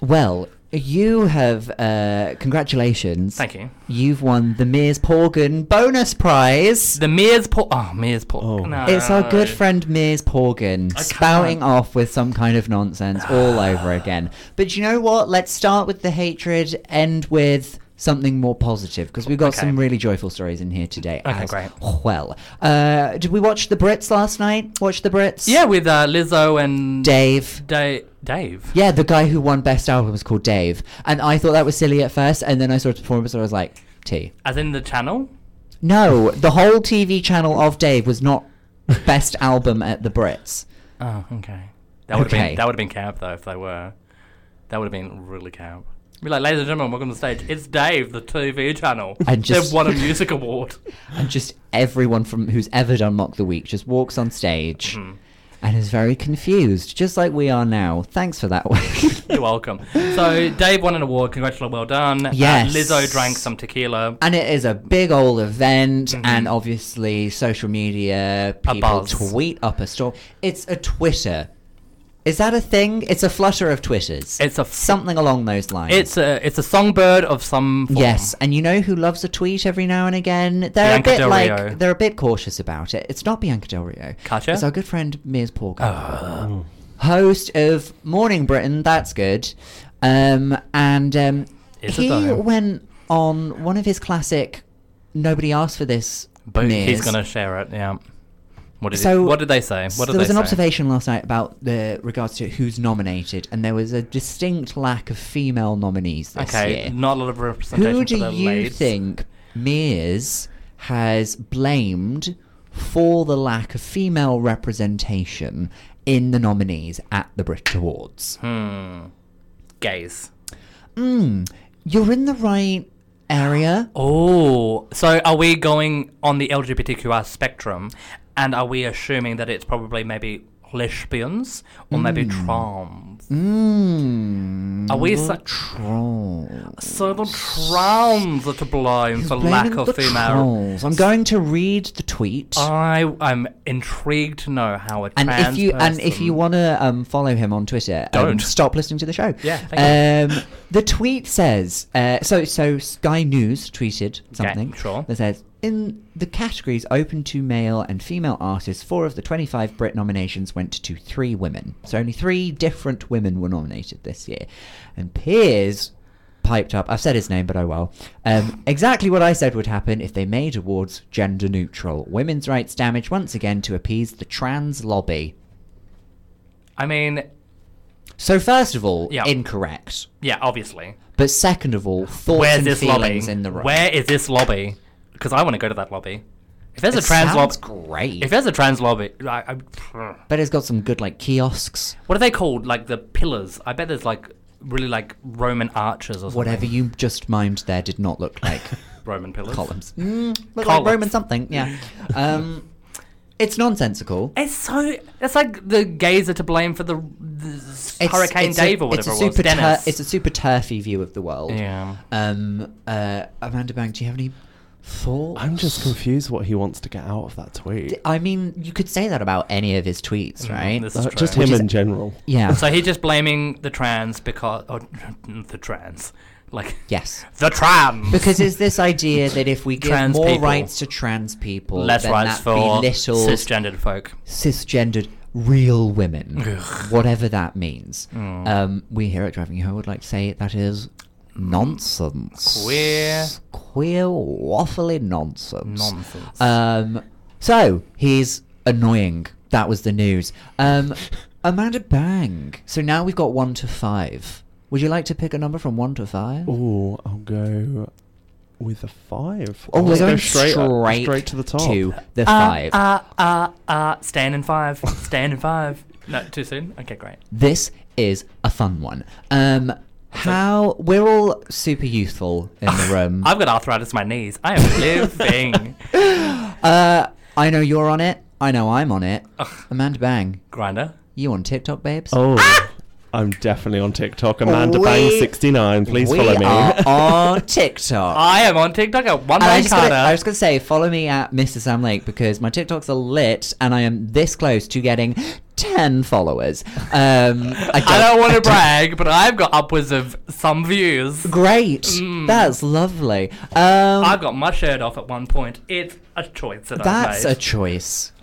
Speaker 2: well, you have. Uh, congratulations.
Speaker 1: Thank you.
Speaker 2: You've won the Mears Porgan bonus prize.
Speaker 1: The Mears Paul. Oh, Mears Paul.
Speaker 3: Oh.
Speaker 2: It's our good friend Mears Porgan
Speaker 1: I
Speaker 2: spouting
Speaker 1: can't.
Speaker 2: off with some kind of nonsense
Speaker 1: (sighs)
Speaker 2: all over again. But you know what? Let's start with the hatred, end with something more positive because we've got
Speaker 1: Okay.
Speaker 2: some really joyful stories in here today.
Speaker 1: Okay,
Speaker 2: as
Speaker 1: great.
Speaker 2: Well, uh, did we watch the Brits last night? Watch the Brits?
Speaker 1: Yeah, with uh, Lizzo and
Speaker 2: Dave.
Speaker 1: Da- Dave.
Speaker 2: Yeah, the guy who won Best Album was called Dave, and I thought that was silly at first, and then I saw his performance, and I was like, "T."
Speaker 1: As in the channel?
Speaker 2: No, the whole TV channel of Dave was not Best Album at the Brits.
Speaker 1: Oh, okay. That would have
Speaker 2: Okay.
Speaker 1: been that would have been camp though if they were. That would have been really camp. Be like, ladies and gentlemen, welcome to the stage. It's Dave, the TV
Speaker 2: (laughs)
Speaker 1: channel.
Speaker 2: And just-
Speaker 1: They've won a music
Speaker 2: (laughs)
Speaker 1: award.
Speaker 2: and just everyone from who's ever done mock the week just walks on stage
Speaker 1: Hmm. Mm-hmm.
Speaker 2: and is very confused just like we are now thanks for that
Speaker 1: You're welcome. So Dave won an award. Congratulations, well done. Uh,
Speaker 2: Yes.
Speaker 1: Lizzo drank some tequila.
Speaker 2: and it is a big old event and obviously social media
Speaker 1: Mm-hmm. A
Speaker 2: people
Speaker 1: buzz.
Speaker 2: tweet up a storm it's a twitter is that a thing it's a flutter of twitters
Speaker 1: It's a f-
Speaker 2: something along those lines
Speaker 1: It's a it's a songbird of some form.
Speaker 2: Yes, and you know who loves a tweet every now and again? They're
Speaker 1: Bianca
Speaker 2: a bit
Speaker 1: Del
Speaker 2: like
Speaker 1: Rio.
Speaker 2: they're a bit cautious about it. It's not Bianca Del Rio.
Speaker 1: Katya?
Speaker 2: It's our good friend Mears Porker.
Speaker 1: Oh.
Speaker 3: Um.
Speaker 2: host of Morning Britain. That's good. Um, and um,
Speaker 1: Is it
Speaker 2: he
Speaker 1: though?
Speaker 2: went on one of his classic. Nobody asked for this.
Speaker 1: But he's
Speaker 2: Mears.
Speaker 1: gonna share it. Yeah. What did
Speaker 2: So
Speaker 1: he, What did they say? What
Speaker 2: So
Speaker 1: did
Speaker 2: there was
Speaker 1: they
Speaker 2: an
Speaker 1: say?
Speaker 2: observation last night about the regards to who's nominated, and there was a distinct lack of female nominees this
Speaker 1: Okay,
Speaker 2: year.
Speaker 1: not a lot of representation.
Speaker 2: Who
Speaker 1: for
Speaker 2: do
Speaker 1: the
Speaker 2: you
Speaker 1: ladies.
Speaker 2: think Mears has blamed for the lack of female representation in the nominees at the Brit Awards?
Speaker 1: Hmm. Gays.
Speaker 2: Mm, you're in the right area.
Speaker 1: Oh, so are we going on the LGBTQR spectrum, and are we assuming that it's probably maybe lesbians or maybe
Speaker 2: Hmm.
Speaker 1: trans?
Speaker 2: Mm,
Speaker 1: Are we
Speaker 2: you're
Speaker 1: su-
Speaker 2: trans.
Speaker 1: So the trans are to blame for lack
Speaker 2: Blaming
Speaker 1: of
Speaker 2: the
Speaker 1: female. Oh,
Speaker 2: trans. I'm going to read the tweet.
Speaker 1: I I'm intrigued to know how a
Speaker 2: and
Speaker 1: trans
Speaker 2: if you and if
Speaker 1: person-
Speaker 2: you want to um, follow him on Twitter, um,
Speaker 1: Don't.
Speaker 2: stop listening to the show.
Speaker 1: Yeah,
Speaker 2: Um, the tweet says uh, so. So Sky News tweeted something
Speaker 1: sure.
Speaker 2: that says. "It's In the categories open to male and female artists, four of the 25 Brit nominations went to three women. So only three different women were nominated this year. And Piers piped up, I've said his name, but oh well, um, exactly what I said would happen if they made awards gender neutral. Women's rights damage once again to appease the trans lobby.
Speaker 1: I mean,
Speaker 2: So, first of all,
Speaker 1: Yeah.
Speaker 2: incorrect.
Speaker 1: yeah, obviously.
Speaker 2: But second of all, thoughts
Speaker 1: Where's
Speaker 2: and
Speaker 1: this lobby?
Speaker 2: feelings in the room.
Speaker 1: Where is this lobby? Because I want to go to that lobby. If there's
Speaker 2: it
Speaker 1: a trans lobby,
Speaker 2: sounds great.
Speaker 1: if there's a trans lobby, like, I,
Speaker 2: but it's got some good like kiosks,
Speaker 1: what are they called? Like the pillars? I bet there's like really like Roman arches or something.
Speaker 2: whatever you just mimed there did not look
Speaker 1: (laughs)
Speaker 2: like
Speaker 1: Roman pillars.
Speaker 2: columns. Mm, look like
Speaker 1: Columns.
Speaker 2: Roman something. Yeah. (laughs) Um, it's nonsensical.
Speaker 1: It's so. It's like the gays are to blame for the, the
Speaker 2: It's-
Speaker 1: Hurricane
Speaker 2: it's a-
Speaker 1: Dave or
Speaker 2: it's
Speaker 1: whatever
Speaker 2: a
Speaker 1: it was.
Speaker 2: super tur-
Speaker 1: Dennis.
Speaker 2: it's a super turfy view of the world.
Speaker 1: yeah.
Speaker 2: Um, uh, Amanda Bang, do you have any thoughts?
Speaker 3: I'm just confused what he wants to get out of that tweet.
Speaker 2: I mean, you could say that about any of his tweets, right?
Speaker 1: Mm, this is
Speaker 3: Uh, just
Speaker 1: true.
Speaker 3: him
Speaker 2: Which is-
Speaker 3: in general.
Speaker 2: yeah.
Speaker 3: (laughs)
Speaker 1: So he's just blaming the trans because, or (laughs) the trans, like
Speaker 2: yes.
Speaker 1: the trans.
Speaker 2: Because it's this idea that if we give
Speaker 1: Trans
Speaker 2: more
Speaker 1: people.
Speaker 2: rights to trans people,
Speaker 1: less
Speaker 2: then
Speaker 1: rights
Speaker 2: that
Speaker 1: for
Speaker 2: belittles
Speaker 1: cisgendered folk.
Speaker 2: cisgendered real women, whatever that means.
Speaker 1: Oh.
Speaker 2: Um, we here at Driving You Home would like to say that is nonsense.
Speaker 1: Queer.
Speaker 2: Queer, waffly nonsense.
Speaker 1: Nonsense.
Speaker 2: Um, so, he's annoying. That was the news. Um, Amanda Bang. So now we've got one to five. Would you like to pick a number from one to five?
Speaker 3: Oh, I'll go with a five.
Speaker 2: Oh,
Speaker 3: I'll
Speaker 2: we're
Speaker 3: go
Speaker 2: going
Speaker 3: straight,
Speaker 2: straight,
Speaker 3: straight to the top.
Speaker 2: To the
Speaker 1: Uh,
Speaker 2: five.
Speaker 1: uh, uh, uh, stand in five. Stand in five. No, too soon? Okay, great.
Speaker 2: This is a fun one. Um, how we're all super youthful
Speaker 1: (laughs)
Speaker 2: in the room.
Speaker 1: I've got arthritis in my knees. I am
Speaker 2: (laughs)
Speaker 1: living.
Speaker 2: Uh, I know you're on it. I know I'm on it. Amanda Bang,
Speaker 1: Grinder.
Speaker 2: you on TikTok, babes?
Speaker 3: Oh, I'm definitely on TikTok. Amanda
Speaker 2: Ah! We-
Speaker 3: Bang 69. Please
Speaker 2: we
Speaker 3: follow me. (laughs)
Speaker 2: are on TikTok.
Speaker 1: I am on TikTok at one
Speaker 2: And I
Speaker 1: man
Speaker 2: was, just gonna, I
Speaker 1: Carter.
Speaker 2: was gonna say, follow me at Mr. Sam Lake because my TikToks are lit, and I am this close to getting ten followers. Um, I
Speaker 1: (laughs)
Speaker 2: don't,
Speaker 1: I don't want to brag, but I've got upwards of some views.
Speaker 2: Great,
Speaker 1: Mm.
Speaker 2: that's lovely. Um,
Speaker 1: I've got my shirt off at one point. It's a choice that
Speaker 2: That's
Speaker 1: I
Speaker 2: a
Speaker 1: made.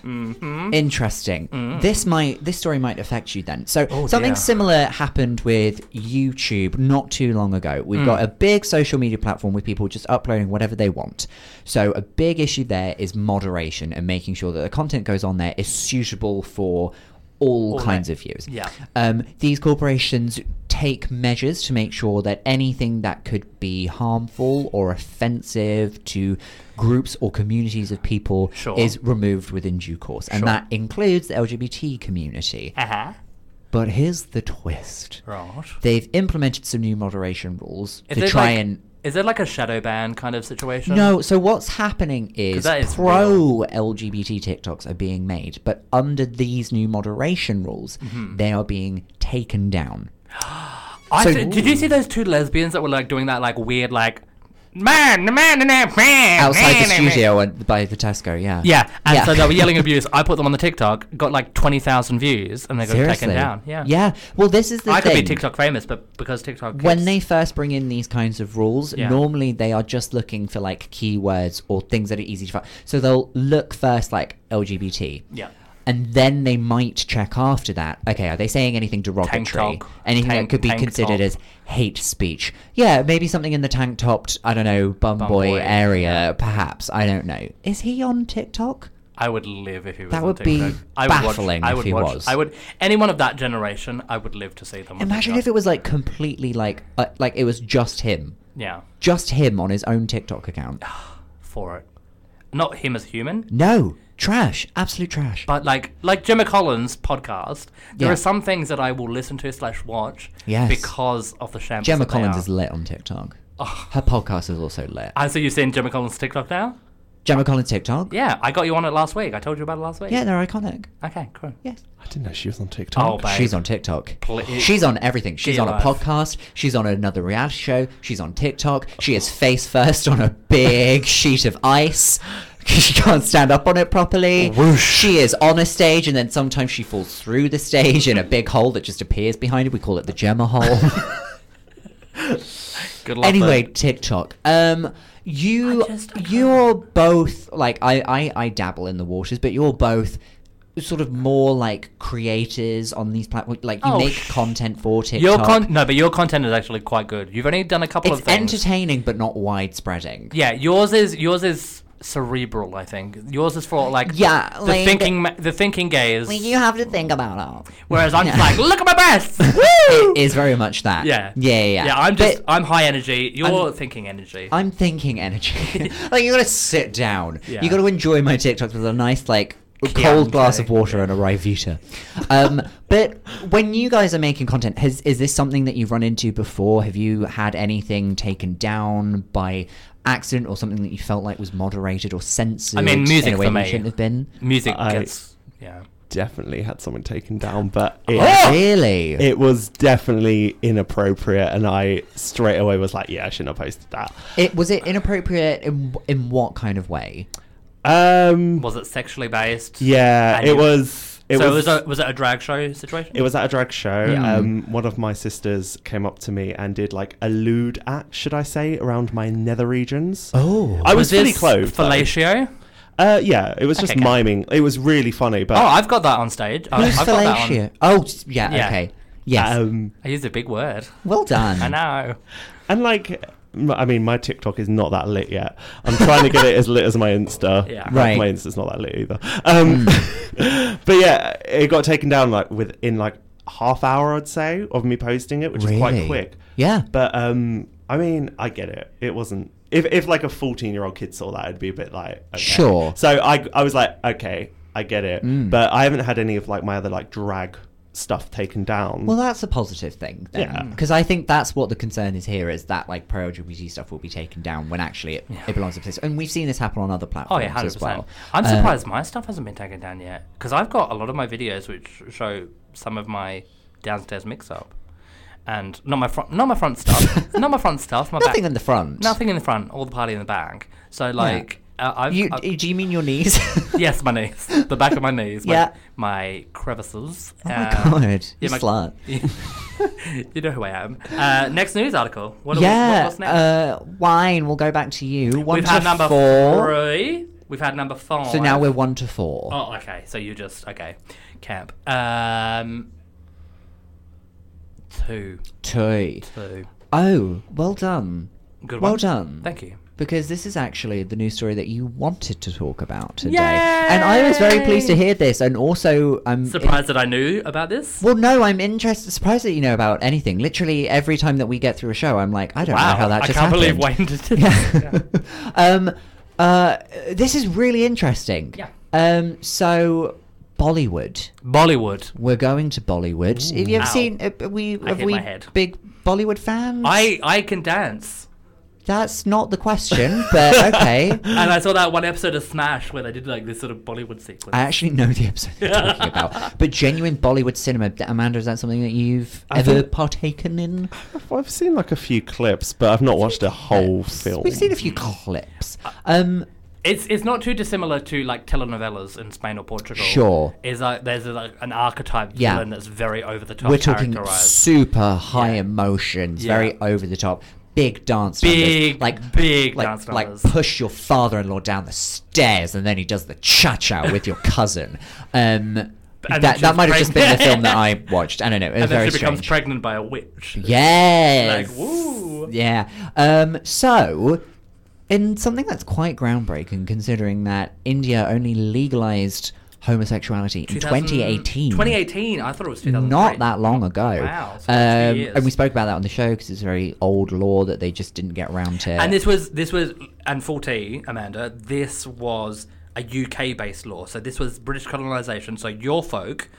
Speaker 1: Mm-hmm. Mm.
Speaker 2: choice. Interesting. This might this story might affect you then. So something
Speaker 1: Oh, dear.
Speaker 2: similar happened with YouTube not too long ago. We've
Speaker 1: Mm.
Speaker 2: got a big social media platform with people just uploading whatever they want. So a big issue there is moderation and making sure that the content goes on there is suitable for all, kinds
Speaker 1: that-
Speaker 2: of views.
Speaker 1: yeah.
Speaker 2: Um, these corporations take measures to make sure that anything that could be harmful or offensive to groups or communities of people
Speaker 1: Sure.
Speaker 2: is removed within due course. And
Speaker 1: Sure.
Speaker 2: that includes the LGBT community.
Speaker 1: uh-huh.
Speaker 2: But here's the twist
Speaker 1: Right.
Speaker 2: they've implemented some new moderation rules
Speaker 1: Is
Speaker 2: to
Speaker 1: it
Speaker 2: try
Speaker 1: like-
Speaker 2: and.
Speaker 1: Is it like a shadow ban kind of situation?
Speaker 2: No, so what's happening is,
Speaker 1: that is
Speaker 2: pro LGBT TikToks are being made, but under these new moderation rules,
Speaker 1: Mm-hmm.
Speaker 2: they are being taken down.
Speaker 1: I
Speaker 2: So-
Speaker 1: thi- did you see those two lesbians that were like doing that like weird like man man man man man
Speaker 2: outside the
Speaker 1: man, man."
Speaker 2: studio and by the Tesco, yeah.
Speaker 1: Yeah, and
Speaker 2: Yeah.
Speaker 1: so they were yelling abuse. I put them on the TikTok, got like twenty thousand views, and they got
Speaker 2: Seriously.
Speaker 1: taken down. Yeah,
Speaker 2: Yeah. Well, this is the
Speaker 1: I
Speaker 2: thing.
Speaker 1: could be TikTok famous, but because TikTok
Speaker 2: When
Speaker 1: keeps-
Speaker 2: they first bring in these kinds of rules,
Speaker 1: Yeah.
Speaker 2: normally they are just looking for like keywords or things that are easy to find. So they'll look first like LGBT.
Speaker 1: yeah,
Speaker 2: And then they might check after that. Okay, are they saying anything derogatory?
Speaker 1: Tank top.
Speaker 2: Anything
Speaker 1: Tank-
Speaker 2: that could be
Speaker 1: tank
Speaker 2: considered
Speaker 1: top.
Speaker 2: as hate speech? Yeah, maybe something in the tank topped, I don't know, bum,
Speaker 1: Bum
Speaker 2: boy,
Speaker 1: boy,
Speaker 2: area, perhaps. I don't know. Is he on TikTok?
Speaker 1: I would live if he was.
Speaker 2: That
Speaker 1: on
Speaker 2: would be
Speaker 1: TikTok. I would
Speaker 2: baffling
Speaker 1: Watch, I
Speaker 2: if
Speaker 1: would
Speaker 2: he
Speaker 1: watch,
Speaker 2: was.
Speaker 1: I would anyone of that generation. I would live to see them. on
Speaker 2: Imagine
Speaker 1: TikTok.
Speaker 2: if it was like completely like uh, like it was just him,
Speaker 1: yeah
Speaker 2: just him on his own TikTok account.
Speaker 1: for it, not him as human.
Speaker 2: No, trash, absolute trash.
Speaker 1: But like like Jimmy Collins' podcast, there
Speaker 2: Yeah.
Speaker 1: are some things that I will listen to slash watch
Speaker 2: Yes.
Speaker 1: because of the shambles.
Speaker 2: Gemma
Speaker 1: that they
Speaker 2: Collins
Speaker 1: are.
Speaker 2: is lit on TikTok.
Speaker 1: Oh.
Speaker 2: Her podcast is also lit.
Speaker 1: Ah, so you've seen Jimmy Collins' TikTok now?
Speaker 2: Gemma Collins TikTok.
Speaker 1: Yeah, I got you on it last week. I told you about it last week.
Speaker 2: Yeah, they're iconic.
Speaker 1: Okay, cool.
Speaker 2: Yes.
Speaker 3: I didn't know she was on
Speaker 1: Oh,
Speaker 3: TikTok.
Speaker 1: babe.
Speaker 2: She's on TikTok.
Speaker 1: Pl-
Speaker 2: She's on everything. She's
Speaker 1: Dear
Speaker 2: on a
Speaker 1: life.
Speaker 2: podcast. She's on another reality show. She's on TikTok. She is face first on a
Speaker 1: (laughs)
Speaker 2: big sheet of ice. (laughs) 'cause She can't stand up on it properly. She is on a stage, and then sometimes she falls through
Speaker 1: (laughs)
Speaker 2: the stage in a big hole that just appears behind her. We call it the Gemma hole.
Speaker 1: Good luck.
Speaker 2: Anyway, TikTok. Um, you
Speaker 1: I just- I can't-
Speaker 2: you're both like I, I I dabble in the waters, but you're both sort of more like creators on these platforms. Like you
Speaker 1: Oh,
Speaker 2: make
Speaker 1: sh-
Speaker 2: content for TikTok.
Speaker 1: your con- no, but your content is actually quite good. You've only done a couple
Speaker 2: it's
Speaker 1: of things.
Speaker 2: entertaining, but not widespreading.
Speaker 1: Yeah, yours is yours is cerebral. I think yours is for like
Speaker 2: Yeah,
Speaker 1: the
Speaker 2: like-
Speaker 1: thinking ma- the thinking gaze.
Speaker 2: Well, you have to think about it.
Speaker 1: whereas I'm just
Speaker 2: Yeah.
Speaker 1: like, look at my best.
Speaker 2: (laughs) it is very much
Speaker 1: (laughs)
Speaker 2: that.
Speaker 1: yeah.
Speaker 2: Yeah, yeah. Yeah,
Speaker 1: Yeah, I'm just
Speaker 2: But
Speaker 1: I'm high energy. You're
Speaker 2: I'm-
Speaker 1: thinking energy.
Speaker 2: I'm thinking
Speaker 1: (laughs)
Speaker 2: energy. like you gotta sit down.
Speaker 1: Yeah.
Speaker 2: You gotta enjoy my TikToks with a nice like
Speaker 1: Chianti.
Speaker 2: cold glass of water and a Rivita. Um, but when you guys are making content, has is this something that you've run into before? Have you had anything taken down by accident or something that you felt like was moderated or censored?
Speaker 1: I mean,
Speaker 2: in
Speaker 1: music
Speaker 2: a way
Speaker 1: for
Speaker 2: that
Speaker 1: me.
Speaker 2: shouldn't have been.
Speaker 1: Music
Speaker 3: I-
Speaker 1: gets yeah.
Speaker 3: Definitely had someone taken down,
Speaker 2: (laughs)
Speaker 3: but it,
Speaker 2: Oh, really?
Speaker 3: it was definitely inappropriate, and I straight away was like, "Yeah, I shouldn't have posted that."
Speaker 2: It- was it inappropriate in in what kind of way?
Speaker 3: Um,
Speaker 1: Was it sexually based?
Speaker 3: yeah,
Speaker 1: And
Speaker 3: it
Speaker 1: you-
Speaker 3: was. It
Speaker 1: so
Speaker 3: was.
Speaker 1: was it, was it a drag show situation?
Speaker 3: it was at a drag show.
Speaker 2: Yeah.
Speaker 3: Um, one of my sisters came up to me and did like a lewd act, should I say, around my nether regions.
Speaker 2: Oh,
Speaker 3: I was fully
Speaker 1: this
Speaker 3: clothed. though.
Speaker 1: Fellatio.
Speaker 3: Uh, yeah, it was just
Speaker 1: Okay, okay.
Speaker 3: miming. It was really funny, but
Speaker 1: Oh, I've got that on stage. I,
Speaker 2: Who's
Speaker 1: I've got that on-
Speaker 2: fellatio? Oh, s- yeah,
Speaker 1: Yeah.
Speaker 2: okay. Yes.
Speaker 3: um,
Speaker 1: I used a big word.
Speaker 2: well done.
Speaker 1: I know.
Speaker 3: and like, m- I mean, my TikTok is not that lit yet. I'm trying to get it as lit as my
Speaker 2: (laughs)
Speaker 3: Insta.
Speaker 1: Yeah.
Speaker 3: Like,
Speaker 2: Right. Hmm.
Speaker 3: my Insta's not that lit either. Um, (laughs) but yeah, it got taken down like within like half hour, I'd say, of me posting it, which is quite
Speaker 2: Really?
Speaker 3: quick.
Speaker 2: Yeah.
Speaker 3: But um, I mean, I get it. It wasn't. If, if like a 14 year old kid saw that, it'd be a bit like. okay.
Speaker 2: Sure.
Speaker 3: So I, I was like, okay, I get it.
Speaker 2: Mm.
Speaker 3: But I haven't had any of like my other like drag stuff taken down.
Speaker 2: Well, that's a positive thing,
Speaker 3: um, Yeah.
Speaker 2: then, because I think that's what the concern is here: is that like pro LGBT stuff will be taken down when actually it, it belongs to places, and we've seen this happen on other
Speaker 1: Oh
Speaker 2: platforms
Speaker 1: yeah, hundred
Speaker 2: as well.
Speaker 1: percent. I'm
Speaker 2: Uh,
Speaker 1: surprised my stuff hasn't been taken down yet because I've got a lot of my videos which show some of my downstairs mix up, and not my front, not my front
Speaker 2: (laughs)
Speaker 1: stuff, not my front stuff, my
Speaker 2: nothing
Speaker 1: back,
Speaker 2: in the front.
Speaker 1: nothing in the front, all the party in the back. So like, uh, I've,
Speaker 2: You,
Speaker 1: I've-
Speaker 2: do you mean your knees?
Speaker 1: (laughs)
Speaker 2: (laughs)
Speaker 1: yes, my knees, the back of my knees, my,
Speaker 2: Yeah.
Speaker 1: my crevices. Uh,
Speaker 2: Oh my God, you slut.
Speaker 1: (laughs) you know who I am. Uh, next news article. What are we-
Speaker 2: yeah.
Speaker 1: what, what's next?
Speaker 2: Uh, wine. We'll go back to you. One
Speaker 1: We've
Speaker 2: to
Speaker 1: had number
Speaker 2: four.
Speaker 1: three. We've had number five.
Speaker 2: So now we're one to four.
Speaker 1: Oh, okay. So you just okay, camp. Um, two,
Speaker 2: Two.
Speaker 1: two.
Speaker 2: Oh, well done.
Speaker 1: Good
Speaker 2: well
Speaker 1: one.
Speaker 2: done.
Speaker 1: Thank you.
Speaker 2: because this is actually the news story that you wanted to talk about today. And I was very pleased to hear this. And also, I'm
Speaker 1: Surprised that I knew about this.
Speaker 2: well, no, I'm interested, surprised that you know about anything. Literally every time that we get through a show, I'm like, I don't know how that
Speaker 1: I
Speaker 2: just
Speaker 1: can't believe
Speaker 2: happened.
Speaker 1: Wayne
Speaker 2: (laughs)
Speaker 1: did this.
Speaker 2: Yeah. (laughs) um, uh, this is really interesting.
Speaker 1: Yeah.
Speaker 2: Um, so Bollywood.
Speaker 1: (laughs) Bollywood.
Speaker 2: We're going to Bollywood. Have you ever
Speaker 1: Ow.
Speaker 2: seen? Have we?
Speaker 1: I
Speaker 2: Have
Speaker 1: hit
Speaker 2: we
Speaker 1: my head.
Speaker 2: big Bollywood fans?
Speaker 1: I I can dance,
Speaker 2: That's not the question, but okay.
Speaker 1: (laughs) and I saw that one episode of Smash where they did like this sort of Bollywood sequence.
Speaker 2: I actually know the episode you're talking about. But genuine Bollywood cinema, D- Amanda, is that something that you've
Speaker 3: I
Speaker 2: ever
Speaker 3: think-
Speaker 2: partaken in?
Speaker 3: Well, I've seen like a few clips, but I've not watched a whole film.
Speaker 2: We've seen a few clips.
Speaker 1: Uh,
Speaker 2: Um,
Speaker 1: It's it's not too dissimilar to like telenovelas in Spain or Portugal.
Speaker 2: Sure.
Speaker 1: Is like there's like an archetype
Speaker 2: Yeah.
Speaker 1: villain that's very over the top.
Speaker 2: we're talking
Speaker 1: characterized.
Speaker 2: super high
Speaker 1: Yeah.
Speaker 2: emotions,
Speaker 1: Yeah.
Speaker 2: very over the top, big dance
Speaker 1: Big,
Speaker 2: numbers, like
Speaker 1: big
Speaker 2: like,
Speaker 1: dance
Speaker 2: like
Speaker 1: numbers.
Speaker 2: push your father-in-law down the stairs, and then he does the
Speaker 1: (laughs)
Speaker 2: cha-cha with your cousin. Um,
Speaker 1: then
Speaker 2: that
Speaker 1: she's
Speaker 2: that might have just been the
Speaker 1: pregnant.
Speaker 2: film
Speaker 1: (laughs)
Speaker 2: that I watched. I don't know. It was
Speaker 1: and
Speaker 2: very
Speaker 1: then she becomes
Speaker 2: strange.
Speaker 1: pregnant by a witch.
Speaker 2: Yes.
Speaker 1: Like, woo.
Speaker 2: Yeah. Um, so, in something that's quite groundbreaking, considering that India only legalized homosexuality in
Speaker 1: 2000
Speaker 2: 2018.
Speaker 1: 2018. I thought it was 2003.
Speaker 2: Not that long ago.
Speaker 1: Wow, it's
Speaker 2: Um,
Speaker 1: been two years.
Speaker 2: and we spoke about that on the show because it's a very old law that they just didn't get around to.
Speaker 1: And this was this was and 40, Amanda. This was a UK based law. So this was British colonization. So your folk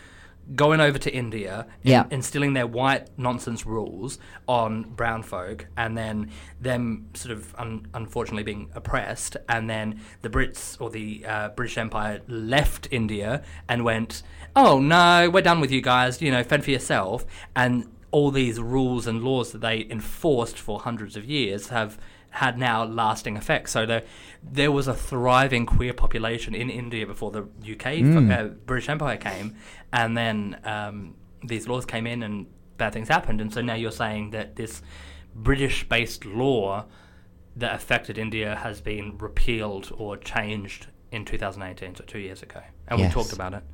Speaker 1: going over to India, in-
Speaker 2: Yeah.
Speaker 1: instilling their white nonsense rules on brown folk, and then them sort of un- unfortunately being oppressed, and then the Brits or the uh, British Empire left India and went, oh no, we're done with you guys. You know, fend for yourself and. All these rules and laws that they enforced for hundreds of years have had now lasting effects. So there, there was a thriving queer population in India before the UK uh, British Empire came, and then um, these laws came in and bad things happened. And so now you're saying that this British based law that affected India has been repealed or changed in 2018, so two years ago. And
Speaker 2: Yes.
Speaker 1: we talked about it.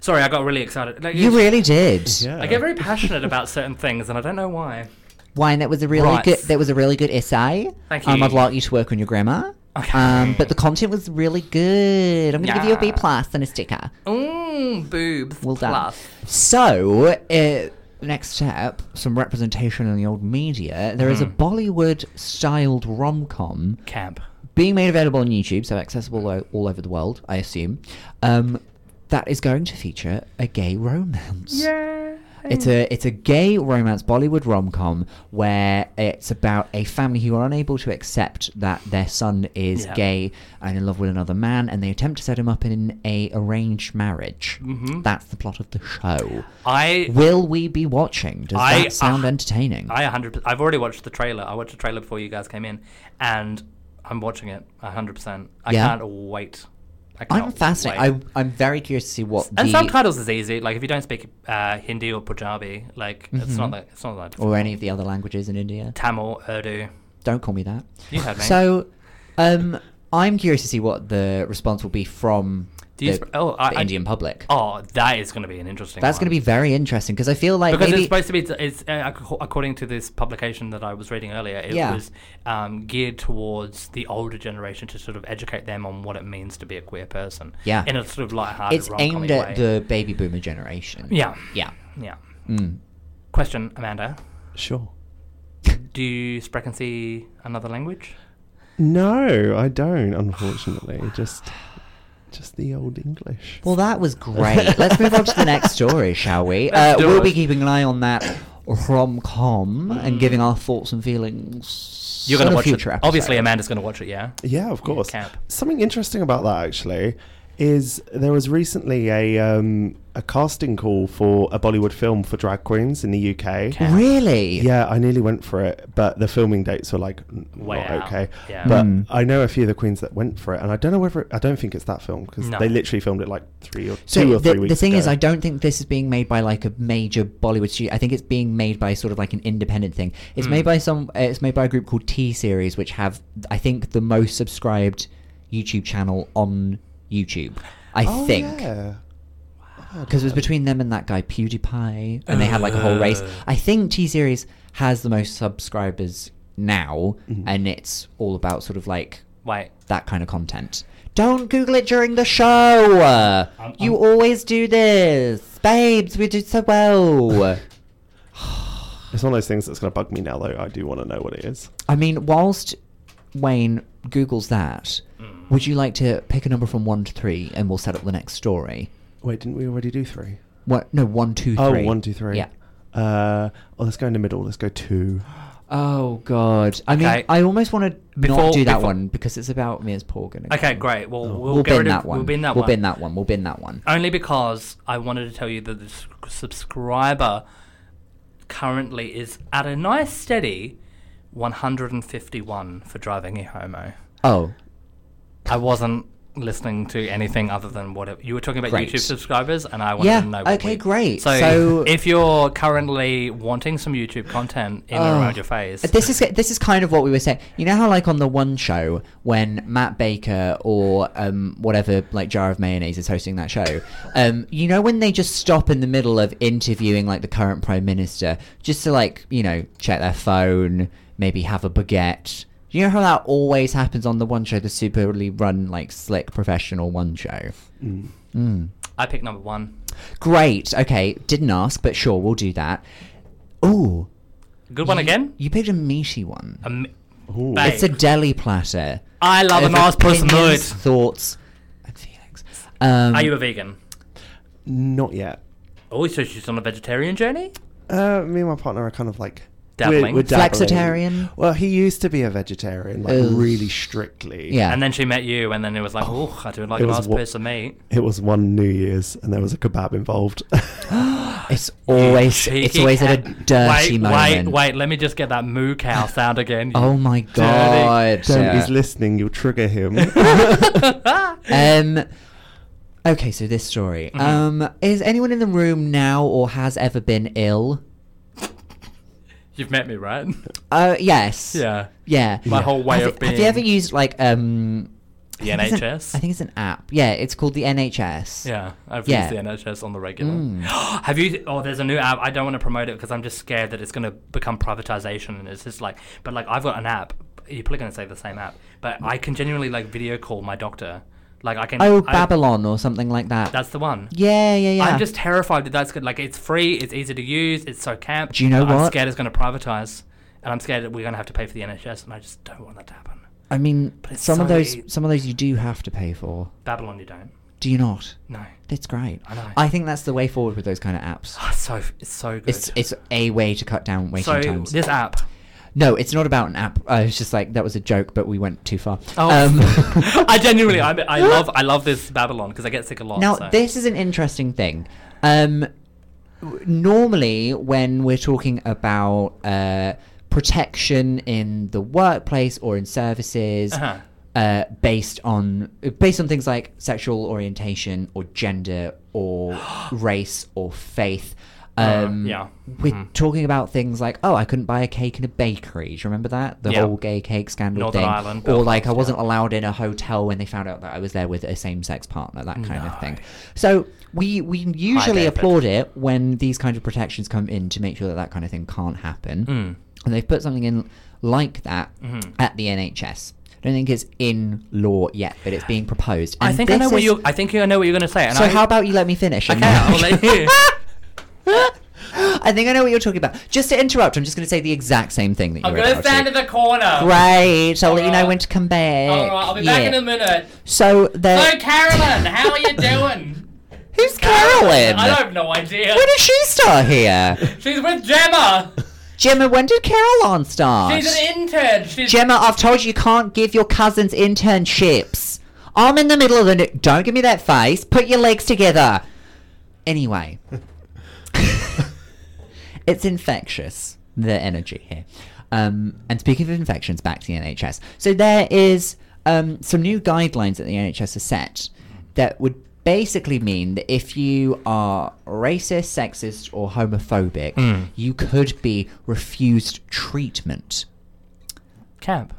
Speaker 1: Sorry, I got really excited. Like,
Speaker 2: You
Speaker 1: it's-
Speaker 2: really did.
Speaker 3: Yeah.
Speaker 1: I get very passionate about certain things, and I don't know
Speaker 2: (laughs)
Speaker 1: why.
Speaker 2: Wine. That was a really
Speaker 1: Right.
Speaker 2: good. That was a really good essay.
Speaker 1: Thank
Speaker 2: Um, I'd
Speaker 1: you.
Speaker 2: like you to work on your grammar.
Speaker 1: Okay.
Speaker 2: Um, but the content was really good. I'm gonna give you a B
Speaker 1: Yeah.
Speaker 2: plus and a sticker.
Speaker 1: Mmm, boobs.
Speaker 2: Well done.
Speaker 1: plus.
Speaker 2: So, uh, next step, some representation in the old media. There is a Bollywood-styled rom-com
Speaker 1: Camp.
Speaker 2: being made available on YouTube, so accessible o- all over the world, I assume. Um, that is going to feature a gay romance.
Speaker 1: Yeah.
Speaker 2: It's a it's a gay romance Bollywood rom com where it's about a family who are unable to accept that their son is
Speaker 1: Yeah.
Speaker 2: gay and in love with another man, and they attempt to set him up in a arranged marriage.
Speaker 1: Mhm.
Speaker 2: That's the plot of the show.
Speaker 1: I
Speaker 2: Will we be watching? Does
Speaker 1: I-
Speaker 2: that sound
Speaker 1: ah,
Speaker 2: entertaining?
Speaker 1: I 100%. I've already watched the trailer. I watched the trailer before you guys came in, and I'm watching it 100%. I
Speaker 2: Yeah.
Speaker 1: can't wait. I
Speaker 2: I'm
Speaker 1: cannot
Speaker 2: fascinated.
Speaker 1: wait.
Speaker 2: I, I'm very curious to see what
Speaker 1: and
Speaker 2: the
Speaker 1: subtitles is easy. Like if you don't speak uh, Hindi or Punjabi, like it's not like it's not like
Speaker 2: Mm-hmm. or any of the other languages in India.
Speaker 1: Tamil, Urdu.
Speaker 2: Don't call me that.
Speaker 1: You heard me.
Speaker 2: So, um, I'm curious to see what the response will be from
Speaker 1: Do you
Speaker 2: the,
Speaker 1: sp- oh, I-
Speaker 2: the
Speaker 1: I-
Speaker 2: Indian public.
Speaker 1: Oh, that is going to be an interesting.
Speaker 2: That's
Speaker 1: one.
Speaker 2: going to be very interesting because I feel like
Speaker 1: because
Speaker 2: maybe
Speaker 1: it's supposed to be it's uh, ac- according to this publication that I was reading earlier. It
Speaker 2: Yeah.
Speaker 1: was um, geared towards the older generation to sort of educate them on what it means to be a queer person.
Speaker 2: Yeah.
Speaker 1: in a sort of lighthearted,
Speaker 2: it's
Speaker 1: rom-com-y
Speaker 2: aimed at
Speaker 1: way.
Speaker 2: the baby boomer generation.
Speaker 1: yeah,
Speaker 2: Yeah.
Speaker 1: yeah.
Speaker 2: Mm.
Speaker 1: Question, Amanda.
Speaker 3: Sure.
Speaker 1: Do you speak and see another language?
Speaker 3: No, I don't. Unfortunately, just just the old English.
Speaker 2: Well,
Speaker 1: (laughs)
Speaker 2: that was great. Let's move on to the next story, shall we? Uh,
Speaker 1: Let's do
Speaker 2: we'll
Speaker 1: it.
Speaker 2: be keeping an eye on that rom com and giving our thoughts and feelings.
Speaker 1: You're
Speaker 2: going to
Speaker 1: watch
Speaker 2: future
Speaker 1: it.
Speaker 2: episode.
Speaker 1: Obviously, Amanda's going to watch it. Yeah.
Speaker 3: Yeah, of course.
Speaker 1: camp.
Speaker 3: Something interesting about that actually is there was recently a um, a casting call for a Bollywood film for drag queens in the UK.
Speaker 1: Camp.
Speaker 2: Really?
Speaker 3: Yeah, I nearly went for it, but the filming dates were like n-
Speaker 1: Way
Speaker 3: not
Speaker 1: out.
Speaker 3: okay.
Speaker 1: Yeah.
Speaker 3: But
Speaker 2: Mm.
Speaker 3: I know a few of the queens that went for it, and I don't know whether I don't think it's that film because
Speaker 1: No.
Speaker 3: they literally filmed it like three or
Speaker 2: So
Speaker 3: two or
Speaker 2: the,
Speaker 3: three weeks.
Speaker 2: the thing is,
Speaker 3: ago.
Speaker 2: I don't think this is being made by like a major Bollywood studio. I think it's being made by sort of like an independent thing. It's
Speaker 3: Hmm.
Speaker 2: made by some. Uh, it's made by a group called T Series, which have I think the most subscribed YouTube channel on YouTube. I
Speaker 3: Oh,
Speaker 2: think.
Speaker 3: yeah.
Speaker 2: Because it was (sighs) between them and that guy PewDiePie, and they had like a whole race.
Speaker 3: Uh.
Speaker 1: Ugh.
Speaker 2: I think T Series has the most subscribers now,
Speaker 3: Mm-hmm.
Speaker 2: and it's all about sort of like
Speaker 1: Wait.
Speaker 2: that kind of content. Don't Google it during the show. you always do this, babes. We did so
Speaker 1: (laughs)
Speaker 2: well.
Speaker 3: It's one of those things that's going to bug me now, though. I do want to know what it is.
Speaker 2: I mean, whilst Wayne Google's that,
Speaker 1: Mm.
Speaker 2: would you like to pick a number from one to three, and we'll set up the next story?
Speaker 3: Wait, didn't we already do three?
Speaker 2: What? No, one, two,
Speaker 3: Oh,
Speaker 2: three.
Speaker 3: one, two, three.
Speaker 2: Yeah.
Speaker 3: Uh, oh, let's go in the middle. Let's
Speaker 2: (gasps)
Speaker 3: go two.
Speaker 2: Oh God! I mean,
Speaker 1: Okay.
Speaker 2: I almost want to
Speaker 1: Before-
Speaker 2: not do that
Speaker 1: before-
Speaker 2: one because it's about Mears Porgan. again.
Speaker 1: Okay, great. Well, we'll,
Speaker 2: Oh. We'll,
Speaker 1: get
Speaker 2: bin
Speaker 1: rid of,
Speaker 2: that one.
Speaker 1: We'll bin that
Speaker 2: We'll
Speaker 1: one.
Speaker 2: bin that one. We'll bin that one.
Speaker 1: Only because I wanted to tell you that the s- subscriber currently is at a nice steady 151 for driving a homo.
Speaker 2: Oh,
Speaker 1: I wasn't listening to anything other than what it, you were talking about
Speaker 2: Great.
Speaker 1: YouTube subscribers, and I wanted
Speaker 2: Yeah,
Speaker 1: to know. what
Speaker 2: okay,
Speaker 1: we-
Speaker 2: great.
Speaker 1: So,
Speaker 2: So-
Speaker 1: if you're currently wanting some YouTube content in and
Speaker 2: Oh.
Speaker 1: around your face,
Speaker 2: This is this is kind of what we were saying. You know how like on the one show when Matt Baker or um, whatever like Jar of Mayonnaise is hosting that show, um, you know when they just stop in the middle of interviewing like the current prime minister just to like you know check their phone, maybe have a baguette. You know how that always happens on the one show, the superly run like slick professional one show. Mm.
Speaker 1: I picked number one.
Speaker 2: Great. Okay, didn't ask, but sure, we'll do that. Ooh,
Speaker 1: Good one again.
Speaker 2: you picked a meaty one.
Speaker 1: Um,
Speaker 3: Ooh.
Speaker 1: Babe.
Speaker 2: It's a deli platter.
Speaker 1: I love a
Speaker 2: Of
Speaker 1: nice person mood.
Speaker 2: opinions, Thoughts and feelings. Um,
Speaker 1: Are you a vegan?
Speaker 3: Not yet.
Speaker 1: Oh, so she's on a vegetarian journey.
Speaker 3: Uh, me and my partner are kind of like
Speaker 1: Dabbling.
Speaker 3: dabbling.
Speaker 2: Flexitarian?
Speaker 3: Well, he used to be a vegetarian, like
Speaker 2: Ugh.
Speaker 3: really strictly.
Speaker 2: Yeah.
Speaker 1: And then she met you, and then it was like, oh, I do like
Speaker 3: It
Speaker 1: a
Speaker 3: was
Speaker 1: nice
Speaker 3: wa-
Speaker 1: piece of meat.
Speaker 3: It was one New Year's, and there was a kebab involved.
Speaker 2: (gasps)
Speaker 3: (laughs)
Speaker 2: It's always it's
Speaker 1: Cheeky
Speaker 2: always at a
Speaker 1: cat.
Speaker 2: dirty
Speaker 1: wait,
Speaker 2: moment.
Speaker 1: Wait, wait, let me just get that moo
Speaker 2: (sighs)
Speaker 1: cow sound again. you
Speaker 2: Oh my
Speaker 1: dirty-
Speaker 2: god.
Speaker 3: Don't, he's listening. You'll trigger
Speaker 2: (laughs)
Speaker 3: him. (laughs)
Speaker 2: um. Okay, so this story.
Speaker 1: Mm-hmm.
Speaker 2: Um, is anyone in the room now or has ever been ill?
Speaker 1: You (laughs) You've met me, right?
Speaker 2: Uh,
Speaker 1: (laughs)
Speaker 2: yes.
Speaker 1: yeah.
Speaker 2: Yeah.
Speaker 1: My
Speaker 3: Yeah.
Speaker 1: whole way
Speaker 2: have,
Speaker 1: of
Speaker 2: you-
Speaker 1: being.
Speaker 2: have you ever used like um
Speaker 1: The
Speaker 2: I think it's an-
Speaker 1: NHS?
Speaker 2: I think it's an app. Yeah, it's called the NHS.
Speaker 1: Yeah, I've
Speaker 2: Yeah.
Speaker 1: used the NHS on the regular.
Speaker 2: Mm.
Speaker 1: (gasps) Have you? Oh, there's a new app. I don't want to promote it because I'm just scared that it's going to become privatization, and it's just like. But like, I've got an app. You're probably going to say the same app, but I can genuinely like video call my doctor. Like I can.
Speaker 2: Oh,
Speaker 1: I-
Speaker 2: Babylon or something like that.
Speaker 1: That's the one.
Speaker 2: yeah, yeah, yeah.
Speaker 1: I'm just terrified that that's good. Like it's free, it's easy to use, it's so camp.
Speaker 2: Do you know
Speaker 1: but I'm
Speaker 2: what?
Speaker 1: scared it's going to privatize, and I'm scared that we're going to have to pay for the NHS, and I just don't want that to happen.
Speaker 2: I mean,
Speaker 1: But it's
Speaker 2: some of
Speaker 1: so
Speaker 2: those,
Speaker 1: e-
Speaker 2: some of those you do have to pay for.
Speaker 1: Babylon, you don't.
Speaker 2: Do you not?
Speaker 1: No,
Speaker 2: That's great.
Speaker 1: I know.
Speaker 2: I think that's the way forward with those kind of apps.
Speaker 1: Oh, it's (laughs) so it's so good.
Speaker 2: It's it's a way to cut down waiting
Speaker 1: so
Speaker 2: times.
Speaker 1: this app.
Speaker 2: no, it's not about an app. I was just like that was a joke, but we went too far.
Speaker 1: Oh,
Speaker 2: Um,
Speaker 1: (laughs) I genuinely, I,
Speaker 2: (laughs)
Speaker 1: I love, I love this Babylon because I get sick a lot.
Speaker 2: Now,
Speaker 1: so.
Speaker 2: this is an interesting thing. Um, w- normally, when we're talking about uh, protection in the workplace or in services,
Speaker 1: Uh-huh.
Speaker 2: uh, based on based on things like sexual orientation or gender
Speaker 1: (gasps)
Speaker 2: or race or faith.
Speaker 1: Uh,
Speaker 2: Um,
Speaker 1: yeah.
Speaker 2: We're
Speaker 1: Mhm.
Speaker 2: talking about things like, oh, I couldn't buy a cake in a bakery. Do you remember that? The
Speaker 1: Yeah.
Speaker 2: whole gay cake scandal
Speaker 1: Northern
Speaker 2: thing.
Speaker 1: Ireland,
Speaker 2: or like,
Speaker 1: Belfast,
Speaker 2: I
Speaker 1: yeah.
Speaker 2: wasn't allowed in a hotel when they found out that I was there with a same sex partner, that kind of thing.
Speaker 1: No.
Speaker 2: So we, we usually
Speaker 1: David.
Speaker 2: applaud it when these kinds of protections come in to make sure that that kind of thing can't happen.
Speaker 1: Mm.
Speaker 2: And they've put something in like that
Speaker 1: Mhm.
Speaker 2: at the NHS. I don't think it's in law yet, but it's being proposed.
Speaker 1: I
Speaker 2: And
Speaker 1: think I know
Speaker 2: this
Speaker 1: what
Speaker 2: is-
Speaker 1: you. I think I know what you're going to say. And
Speaker 2: so
Speaker 1: I,
Speaker 2: how about you let me finish? and
Speaker 1: Okay,
Speaker 2: then-
Speaker 1: I'll let you.
Speaker 2: (laughs) I think I know what you're talking about. Just to interrupt, I'm just going to say the exact same thing that you
Speaker 1: I'm
Speaker 2: were
Speaker 1: going to
Speaker 2: about to.
Speaker 1: stand in the corner.
Speaker 2: Great. I'll let you know
Speaker 1: Alright.
Speaker 2: when to come back.
Speaker 1: All right, I'll be back
Speaker 2: Yeah.
Speaker 1: in a minute.
Speaker 2: So the
Speaker 1: Hello, Carolyn. How are
Speaker 2: (laughs)
Speaker 1: you doing?
Speaker 2: who's Carolyn?
Speaker 1: I have no idea.
Speaker 2: When did she start here?
Speaker 1: She's with Gemma.
Speaker 2: Gemma, when did Carolyn start?
Speaker 1: She's an intern. She's
Speaker 2: Gemma, I've told you you can't give your cousins internships. I'm in the middle of the. n- Don't give me that face. Put your legs together. Anyway, (laughs) it's infectious, the energy here. Um, and speaking of infections, back to the NHS. So there is um, some new guidelines that the NHS has set that would basically mean that if you are racist, sexist, or homophobic, you could be refused treatment
Speaker 1: camp.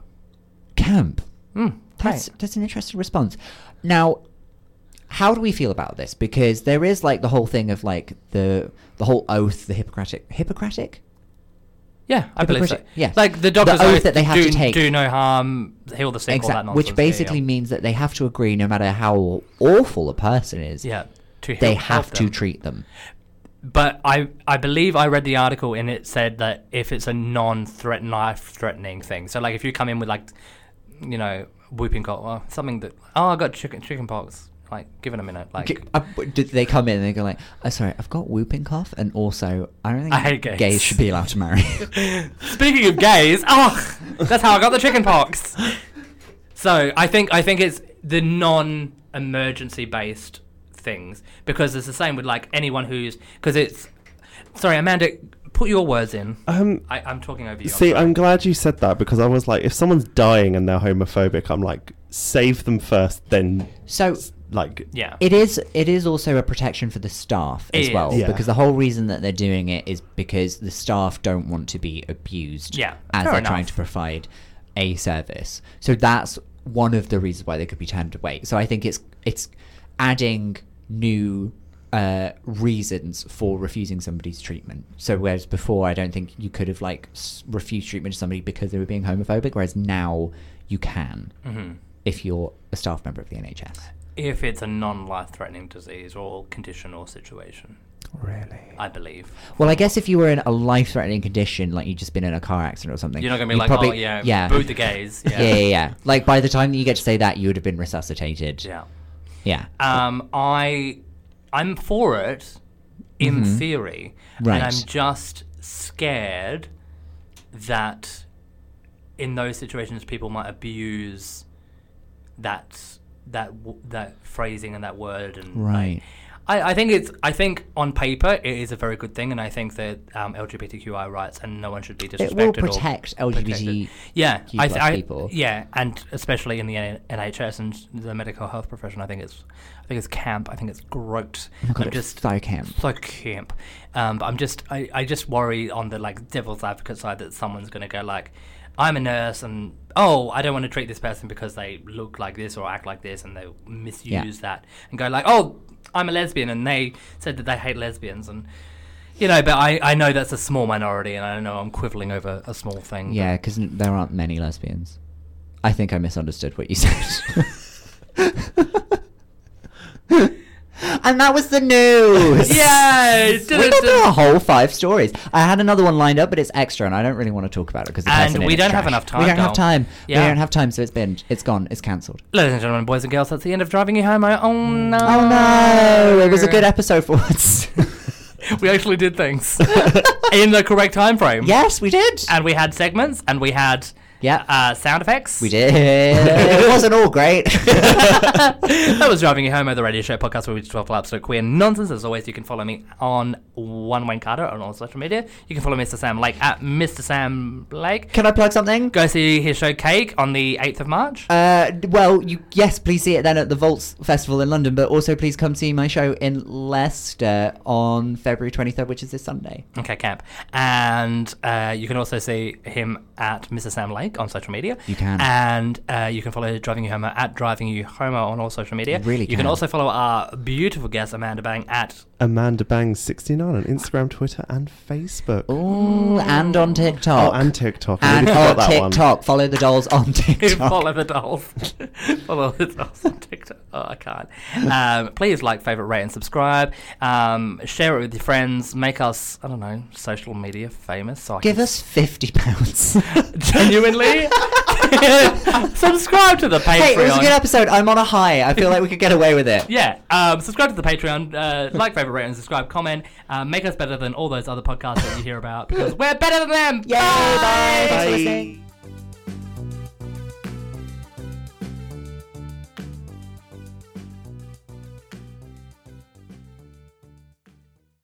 Speaker 2: camp.
Speaker 1: Mm,
Speaker 2: That's that's an interesting response. Now, how do we feel about this? Because there is like the whole thing of like the the whole oath, the Hippocratic Hippocratic.
Speaker 1: Yeah, I believe so.
Speaker 2: Hypocrite- yeah.
Speaker 1: Like the
Speaker 2: The
Speaker 1: doctor's
Speaker 2: oath
Speaker 1: oath
Speaker 2: that they have
Speaker 1: do,
Speaker 2: to take.
Speaker 1: Do no harm, heal the sick, all that
Speaker 2: Exactly,
Speaker 1: nonsense.
Speaker 2: which basically
Speaker 1: yeah,
Speaker 2: means that they have to agree, no matter how awful a person is,
Speaker 1: yeah. yeah. To
Speaker 2: they
Speaker 1: help-
Speaker 2: have
Speaker 1: help
Speaker 2: to
Speaker 1: them.
Speaker 2: treat them.
Speaker 1: But I, I believe I read the article and it said that if it's a non-threat, life-threatening thing. So like if you come in with like, you know, whooping cough, well, something that oh I got chicken chicken pox, like give it a minute. Like
Speaker 2: G- uh, w- Did they come in and they go like, "Oh, sorry, I've got whooping cough," and also I don't think
Speaker 1: I hate gays.
Speaker 2: should be allowed to
Speaker 1: (laughs)
Speaker 2: marry. (laughs)
Speaker 1: speaking of gays, (laughs) oh that's how I got the chicken pox. So I think I think it's the non-emergency based things because it's the same with like anyone who's because it's sorry Amanda, put your words in.
Speaker 3: Um,
Speaker 1: I, I'm talking over you. I'm
Speaker 3: see,
Speaker 1: sorry.
Speaker 3: I'm glad you said that because I was like, if someone's dying and they're homophobic, I'm like, save them first, then
Speaker 2: so
Speaker 3: like,
Speaker 1: yeah.
Speaker 2: It is. It is also a protection for the staff as
Speaker 1: It
Speaker 2: well,
Speaker 1: is.
Speaker 3: Yeah.
Speaker 2: because the whole reason that they're doing it is because the staff don't want to be abused.
Speaker 1: Yeah,
Speaker 2: as
Speaker 1: fair
Speaker 2: they're
Speaker 1: enough.
Speaker 2: trying to provide a service, so that's one of the reasons why they could be turned away. So I think it's it's adding new uh, reasons for refusing somebody's treatment. So whereas before, I don't think you could have like s- refused treatment to somebody because they were being homophobic, whereas now you can
Speaker 1: Mhm.
Speaker 2: if you're a staff member of the NHS.
Speaker 1: If it's a non-life-threatening disease or condition or situation,
Speaker 2: Really.
Speaker 1: I believe.
Speaker 2: Well, I guess if you were in a life-threatening condition, like you'd just been in a car accident or something,
Speaker 1: You're not gonna be
Speaker 2: you'd
Speaker 1: like, oh yeah,
Speaker 2: yeah,
Speaker 1: boot
Speaker 2: (laughs)
Speaker 1: the (laughs) gays.
Speaker 2: yeah, yeah, yeah. Like by the time that you get to say that, you would have been resuscitated.
Speaker 1: yeah.
Speaker 2: Yeah.
Speaker 1: Um, I, I'm for it, in theory,
Speaker 2: Right.
Speaker 1: and I'm just scared that in those situations people might abuse that that w- that phrasing and that word and like,
Speaker 2: Right.
Speaker 1: I, I think it's. I think on paper it is a very good thing, and I think that um, LGBTQI rights and no one should be disrespected.
Speaker 2: It will
Speaker 1: or
Speaker 2: protect
Speaker 1: protected.
Speaker 2: LGBT.
Speaker 1: Yeah, I,
Speaker 2: plus
Speaker 1: th- I,
Speaker 2: people.
Speaker 1: Yeah, and especially in the N- NHS and the medical health profession, I think it's. I think it's camp. I think it's gross.
Speaker 2: Oh my God,
Speaker 1: I'm
Speaker 2: it's
Speaker 1: just
Speaker 2: so camp.
Speaker 1: so camp. Um, but I'm just. I, I just worry on the like devil's advocate side that someone's going to go like. I'm a nurse, and oh, I don't want to treat this person because they look like this or act like this, and they misuse that, and go like, oh, I'm a lesbian, and they said that they hate lesbians, and you know, but I, I know that's a small minority, and I know I'm quibbling over a small thing. but- (laughs)
Speaker 2: Yeah, because there aren't many lesbians. I think I misunderstood what you
Speaker 1: (laughs)
Speaker 2: said. (laughs) and that was the
Speaker 1: (laughs)
Speaker 2: news.
Speaker 1: Yay!
Speaker 2: (laughs) We got through a whole five stories. I had another one lined up, but it's extra, and I don't really want to talk about it because
Speaker 1: And we don't have enough
Speaker 2: We
Speaker 1: time,
Speaker 2: don't have
Speaker 1: Dom.
Speaker 2: time. We
Speaker 1: Yeah.
Speaker 2: don't have time, so it's been, it's gone, it's cancelled.
Speaker 1: Ladies and gentlemen, boys and girls, that's the end of Driving You Home. I- Oh no!
Speaker 2: Oh no! It was a good episode for once.
Speaker 1: (laughs) We actually did things (laughs) in the correct time frame.
Speaker 2: yes, we did.
Speaker 1: And we had segments, and we had
Speaker 2: Yeah.
Speaker 1: uh, sound effects.
Speaker 2: We did. (laughs) it wasn't all great.
Speaker 1: (laughs) that was Driving You Home, the radio show podcast where we talk about absolute queer nonsense. As always, you can follow me on One Wayne Carter on all social media. You can follow Mr. Sam Lake at Mr. Sam Lake.
Speaker 2: Can I plug something?
Speaker 1: Go see his show Cake on the 8th of March.
Speaker 2: Uh, d- well, you, yes, please see it then at the Vaults Festival in London, but also please come see my show in Leicester on February 23rd, which is this Sunday.
Speaker 1: Okay, camp. And uh, you can also see him at Mr. Sam Lake on social media.
Speaker 2: You can.
Speaker 1: And uh, you can follow Driving You Homo at Driving You Homo on all social media.
Speaker 2: You really
Speaker 1: You can
Speaker 2: can.
Speaker 1: also follow our beautiful guest, Amanda Bang, at.
Speaker 3: Amanda Bang 69 on Instagram, Twitter, and Facebook.
Speaker 2: Ooh, and on
Speaker 3: Oh,
Speaker 2: TikTok.
Speaker 3: and TikTok. I
Speaker 2: and
Speaker 3: nearly forgot
Speaker 2: on
Speaker 3: that one.
Speaker 2: TikTok. Follow the dolls on
Speaker 1: (laughs)
Speaker 2: TikTok.
Speaker 1: follow the dolls. (laughs) follow the dolls on TikTok. Oh, I can't. Um, please like, favorite, rate, and subscribe. Um, share it with your friends. Make us, I don't know, social media famous. So I
Speaker 2: Give
Speaker 1: can
Speaker 2: us £50.
Speaker 1: (laughs)
Speaker 2: (laughs)
Speaker 1: genuinely subscribe to the Patreon.
Speaker 2: hey, it was a good episode. I'm on a high. I feel like we could get away with it.
Speaker 1: (laughs) Yeah, um, subscribe to the Patreon, uh, like, favorite, rate, and subscribe. Comment, uh, make us better than all those other podcasts that you hear about because we're better than them.
Speaker 2: Yay, bye. Thanks for
Speaker 3: Bye.
Speaker 2: listening.